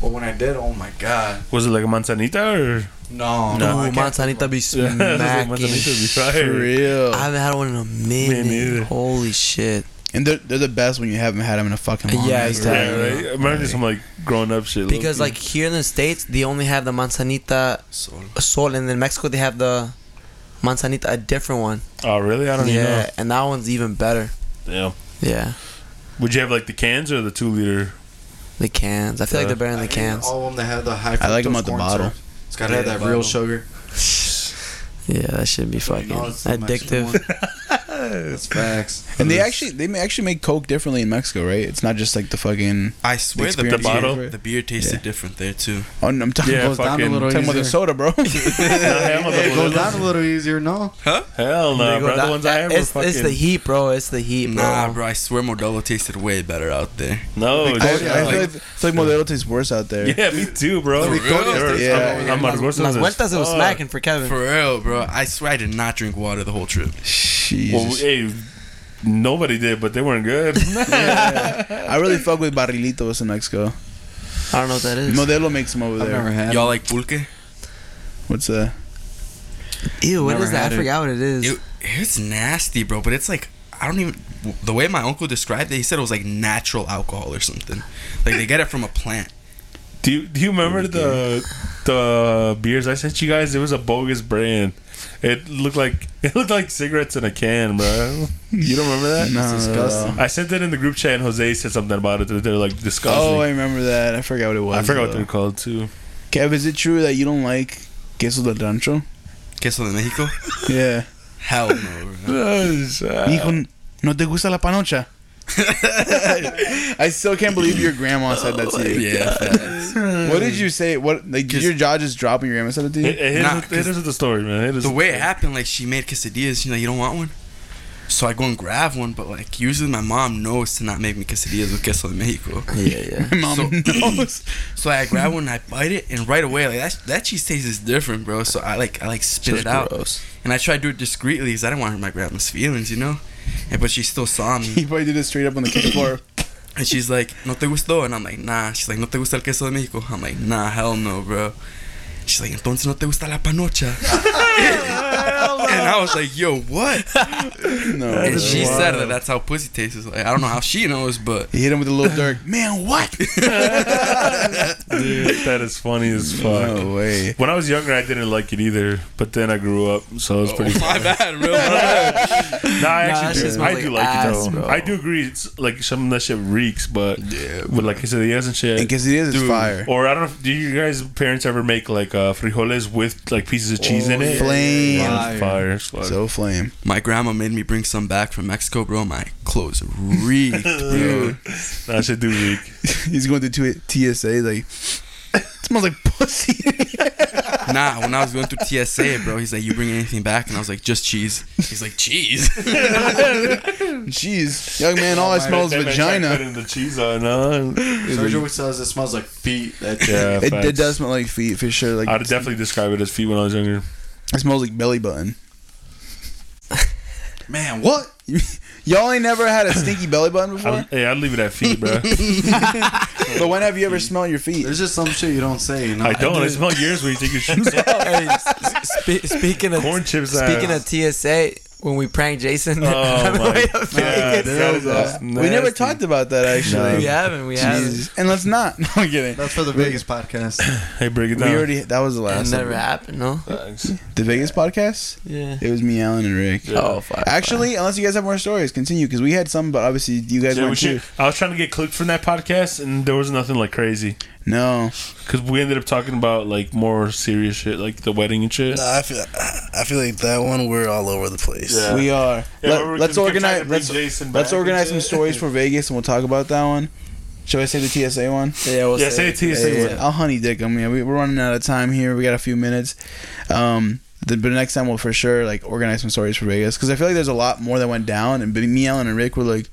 But when I did, oh my god,
Was it like a manzanita or?
no,
No,
no, I
Ooh,
can't-
manzanita be
manzanita would
smacking.
be
For
fire.
real.
I haven't had one in a minute.
neither.
Holy shit.
And they're, they're the best when you haven't had them in a fucking long
Yeah,
ass
exactly.
time.
Yeah, right. I remember some like grown up shit.
Because
low-key.
like here in the states, they only have the manzanita sol, and in Mexico they have the manzanita, a different one.
Oh really? I don't
yeah,
even know.
and that one's even better.
Damn.
Yeah,
Would you have like the cans or the two liter?
the cans. I feel like
Yeah.
they're better than
I
the
hate
cans.
All of them that have the high.
I like 'em
fructose
out the
corn
bottle.
syrup. It's gotta have
Yeah,
that
the
real
bottle.
sugar.
Yeah, that should be
So you
fucking
know it's the Mexican
addictive.
one. That's facts.
And they actually they may actually make Coke differently in Mexico, right? It's not just like the fucking.
I swear the,
experience
beer,
The bottle?
the beer tasted
Yeah.
different there too.
Oh, no, I'm talking,
Yeah,
about,
fuck.
Down a
Fucking-
little
talking about the
easier.
soda, bro.
Hell no,
It goes down a little easier, no?
Hell
They
no,
go
bro.
down-
The ones I have
it's,
were fucking.
it's the heat, bro. It's the heat, bro.
Nah, bro, I swear Modelo tasted way better out there.
no,
I, I
it's-
feel like, it's like Modelo tastes worse out there.
yeah, me too, bro.
For real?
Or-
Yeah.
I'm- I'm Margosa's
Las
as
vueltas it was
fuck.
smacking for Kevin.
For real, bro. I swear I did not drink water the whole trip.
Well,
Jesus.
hey, nobody did, but they weren't good.
I really fuck with Barrilitos in Mexico.
I don't know what that is.
Modelo makes them over
I've
there.
never had.
Y'all like pulque?
What's that?
Ew, what
Never
is that?
had
I
it.
forgot what it is.
It, it's nasty, bro. But it's like I don't even. The way my uncle described it, he said it was like natural alcohol or something. Like they get it from a plant.
do you do you remember the the beers I sent you guys? It was a bogus brand. It looked like it looked like cigarettes in a can, bro. You don't remember that?
No,
disgusting.
I sent it in the group chat, and Jose said something about it. That they're like disgusting.
Oh, I remember that. I forgot what it was.
I forgot what
though.
they're called too.
Kev, is it true that you don't like queso del rancho?
Queso de Mexico?
Yeah.
Hell no, bro.
Mijo, no te gusta la panocha. I still can't believe your grandma said that to you.
Yeah. facts.
What did you say? What like did your jaw just drop when your grandma said it to you?
It, it, is,
Nah,
it is the story, man. It is
the way it happened, like she made quesadillas. She's like, you don't want one? So I go and grab one, but like usually my mom knows to not make me quesadillas with queso de Mexico.
yeah, yeah.
My eh, mom
So-
knows.
So I grab one, I bite it, and right away, like that, that cheese taste is different, bro. So I like, I like spit it out, and I try to do it discreetly because I didn't want to hurt my grandma's feelings, you know. And but she still saw me,
He probably did it straight up on the kitchen floor.
and she's like, "No te gustó," and I'm like, "Nah." She's like, "No te gusta el queso de Mexico?" I'm like, "Nah, hell no, bro." She's like, "Entonces no te gusta la panocha?"
and I was like, "Yo, what?"
No.
And
bro.
she said that that's how pussy tastes. Like, I don't know how she knows, but
He hit him with a little dirk. Man, what?
Dude, that is funny as fuck.
No way.
When I was younger, I didn't like it either, but then I grew up, so it was pretty.
Oh, my bad, real
Nah, I
Nah, that
actually
shit
do.
smells
I do
like
like
ass,
it though.
bro.
I do agree. It's like some of that shit reeks, but with like quesadillas and shit.
And quesadillas is fire.
or I don't know. if- Do you guys parents ever make like uh, frijoles with like pieces of cheese
Oh,
in it?
flame.
Fire. Fire. as fuck.
So flame.
My grandma made me bring some back from Mexico, bro. My clothes reeked, bro.
that should do reek.
He's going to two TSA like smells like pussy.
nah, when I was going through TSA, bro, he's like, "You bring anything back?" And I was like, "Just cheese." He's like, "Cheese."
Jeez, young man, all I
my-
smell is
That man tried
vagina.
Putting the cheese on. Huh?
Sergio always says it smells like feet. That
Yeah,
It,
facts.
it does smell like feet for sure. Like
I'd definitely describe it as feet when I was younger.
it smells like belly button. man, what? Y'all ain't never had a stinky belly button before.
I'd, hey, I'd leave it at feet, bro.
but when have you ever smelled your feet?
There's just some shit you don't say. You know?
I don't. I smell yours when you take your shoes off.
hey, spe- speaking of
Corn chips.
speaking
ass.
of TSA, when we pranked Jason,
Oh
on the
my
way up
God,
Vegas.
that was
we never
nasty.
talked about that
No.
actually.
we haven't, we haven't.
Jesus. And let's not. No, I'm kidding.
That's for the Vegas podcast.
Hey, break it
We
down.
already. That was the
That
last.
never
one.
happened, no.
Thanks.
The Vegas podcast.
Yeah.
It was me, Alan, and Rick.
Oh fuck.
Actually, unless you guys have more stories, continue because we had some, but obviously you guys
Yeah, we
weren't too.
should, I was trying to get clicked from that podcast, and there was nothing like crazy
No,
because we ended up talking about like more serious shit, like the wedding and shit.
Nah, I feel I feel like that one we're all over the place.
Yeah.
we are.
Yeah,
Let,
we're- we
us
kept trying to
organize.
bring
Let's,
Jason
let's
back
organize some
and shit.
stories for Vegas, and we'll talk about that one. Should I say the TSA one?
Yeah, we'll
Yeah, say
it.
the TSA
Yeah,
one.
I'll honey dick them. Yeah, we, we're running out of time here. We got a few minutes. Um, the, but next time we'll for sure like organize some stories for Vegas because I feel like there's a lot more that went down. And me, Alan, and Rick were like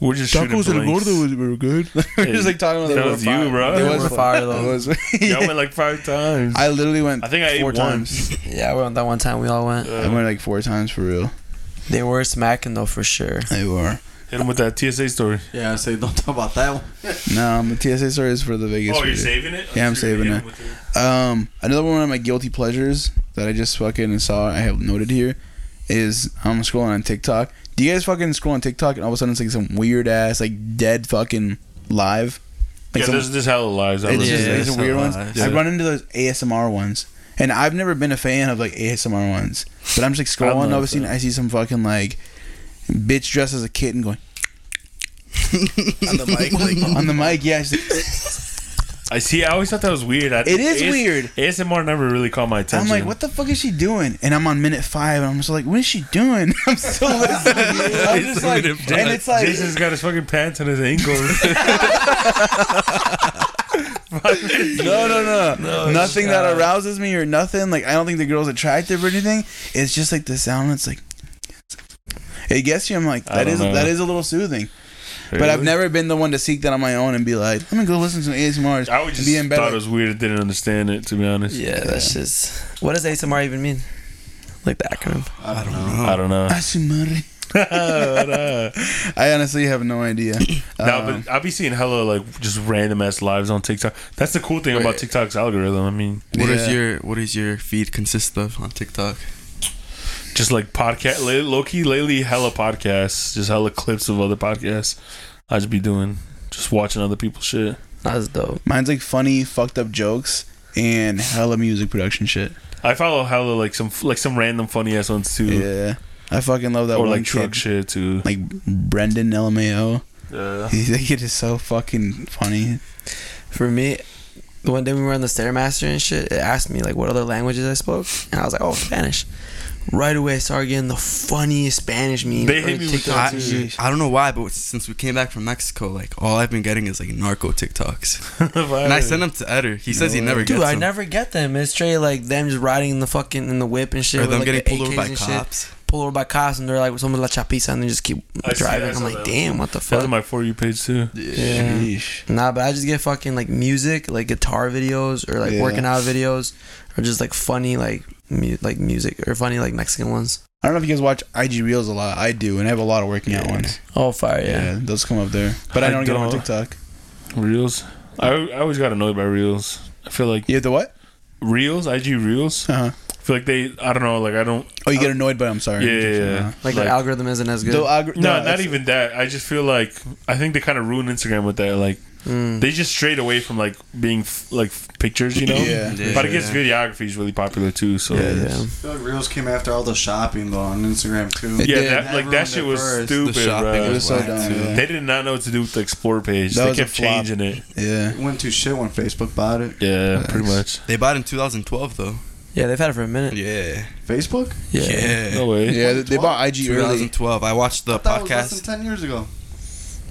We're just
tacos
shooting
and
blanks.
gordo was- were good. we're just like talking about
That
they
was
were
you,
fire.
bro.
They
They
were
were fire, though.
It was-
Y'all went like five times.
I literally went.
I think I ate
four
one.
times.
Yeah, we went that one time. We all went.
I went like four times for real.
They were smacking though for sure.
They were.
Hit him with that TSA story.
Yeah, I say don't talk about that one.
No, my TSA story is for the Vegas. video.
Oh, saving it?
Yeah, I'm saving it. Um, another one of my guilty pleasures that I just fucking saw. I have noted here is I'm scrolling on TikTok. Do you guys fucking scroll on TikTok and all of a sudden it's like some weird ass like dead fucking live? Like
Yeah,
some-
this this hella lies. I
it's
really
just
Yeah,
like some
some
weird ones.
lives.
I
Yeah.
run into those ASMR ones, and I've never been a fan of like ASMR ones. But I'm just like
I'm not
scrolling,
a
obviously, and
fan.
I see some fucking like bitch dressed as a kitten going
On the mic, like
on the mic. Yeah, she's like,
I see. I always thought that was weird. I,
It is weird.
ASMR never really caught my
I'm
attention.
like, what the fuck is she doing? And I'm on minute five, and I'm just like, what is she doing? I'm still listening. I'm just like, and it's like,
Jason's got his fucking pants on his ankles.
no, no, no, nothing that arouses me or nothing. Like, I don't think the girl's attractive or anything. It's just like the sound. It's like, it gets you. I'm like,
I
that
don't
is
know.
that is a little soothing. But I've never been the one to seek that on my own and be like, let me go listen to ASMRs.
I would
and
just
be in bed.
thought
like,
it was weird. Didn't understand it to be honest.
Yeah, that's just. What does ASMR even mean? Like the acronym.
I don't know.
I don't know.
ASMR.
uh,
I honestly have no idea.
no,
Um,
but I'll be seeing hella like just random ass lives on TikTok. That's the cool thing about TikTok's algorithm. I mean,
What is
Yeah.
your What is your feed consist of on TikTok?
just like podcast, low key lately, hella podcasts, just hella clips of other podcasts. I just be doing, just watching other people's shit.
That's dope.
Mine's like funny, fucked up jokes and hella music production shit.
I follow hella like some like some random funny ass ones too,
Yeah, I fucking love that
or
one
like truck
kid,
shit too.
like Brendan LMAO.
Yeah.
He's- That kid is so fucking funny.
For me, the one day we were on the stairmaster and shit, it asked me like what other languages I spoke, and I was like, oh, Spanish. Right away, I started getting the funniest Spanish meme.
They hit me with
I,
too.
I don't know why, but since we came back from Mexico, like all I've been getting is like narco TikToks, and I sent them to Eder. He says he never
Dude,
gets
I
them.
never get them. It's straight like them just riding in the fucking in the whip and shit.
Or
with,
them
like,
getting
the
pulled over
AKs
by
and shit.
cops.
Pulled over by cops, and they're like, "Somos la chapiza," and they just keep
I see- I
driving.
saw
I'm
that.
like, "Damn, what the
That's
fuck?"
on my for you page too.
Yeah.
Sheesh.
Nah, but I just get fucking like music, like guitar videos, or like
Yeah.
working out videos, or just like funny like mu- like music or funny like Mexican ones.
I don't know if you guys watch IG Reels a lot. I do, and I have a lot of working out ones.
Oh fire,
Yeah, those come up there. But I,
I
don't, get them on
don't.
TikTok.
Reels. I I always got annoyed by reels. I feel like
You have the what?
reels, IG reels.
Uh-huh.
feel like they, I don't know, like I don't.
Oh, you get annoyed, but I'm sorry.
Yeah, yeah, yeah.
Like, the algorithm isn't as good.
Though algor-
no,
no,
not
it's-
even that. I just feel like I think they kind of ruined Instagram with that. Like
Mm.
they just strayed away from like being f- like f- pictures, you know.
Yeah.
Yeah,
but I guess
yeah.
videography is really popular too. So
yeah, yeah.
I feel like Reels came after all the shopping though on Instagram too.
It
Yeah,
did.
that, like that
ruined
shit
it
was
first.
stupid,
The shopping
bro.
It was so
Whack,
dumb.
too.
Yeah.
They did not know what to do with the explore page.
That
they
was a
kept
flop.
changing it.
yeah.
It went to shit when Facebook bought it.
Yeah, pretty much.
They bought it in 2012 though.
Yeah, they've had it for a minute.
Yeah.
Facebook?
Yeah.
No way.
Yeah, they, they bought IG early.
2012. I watched the
I thought it was less
podcast.
than ten years ago.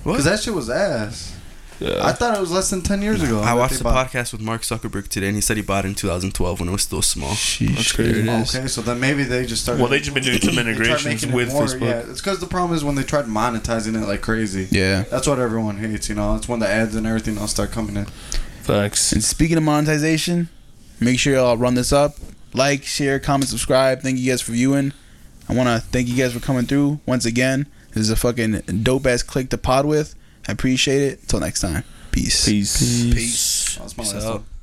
What?
Because that shit was ass.
Yeah.
I thought it was less than ten years ago.
I
that
watched
they
the
bought-
podcast with Mark Zuckerberg today, and he said he bought it in 2012 when it was still small.
Sheesh,
That's crazy.
there it
Oh,
is.
okay, so then maybe they just started.
Well, they just been doing some
they tried
integrations
making it
with
more,
Facebook.
Yeah, it's because the problem is when they tried monetizing it like crazy.
Yeah.
That's what everyone hates, you know. That's when the ads and everything else start coming in. Oh,
Facts.
And speaking of monetization, make sure y'all run this up. Like, share, comment, subscribe. Thank you guys for viewing. I want to thank you guys for coming through once again. This is a fucking dope ass click to pod with. I appreciate it. Till next time. Peace.
Peace.
Peace.
That's my
Peace
last
out.
one.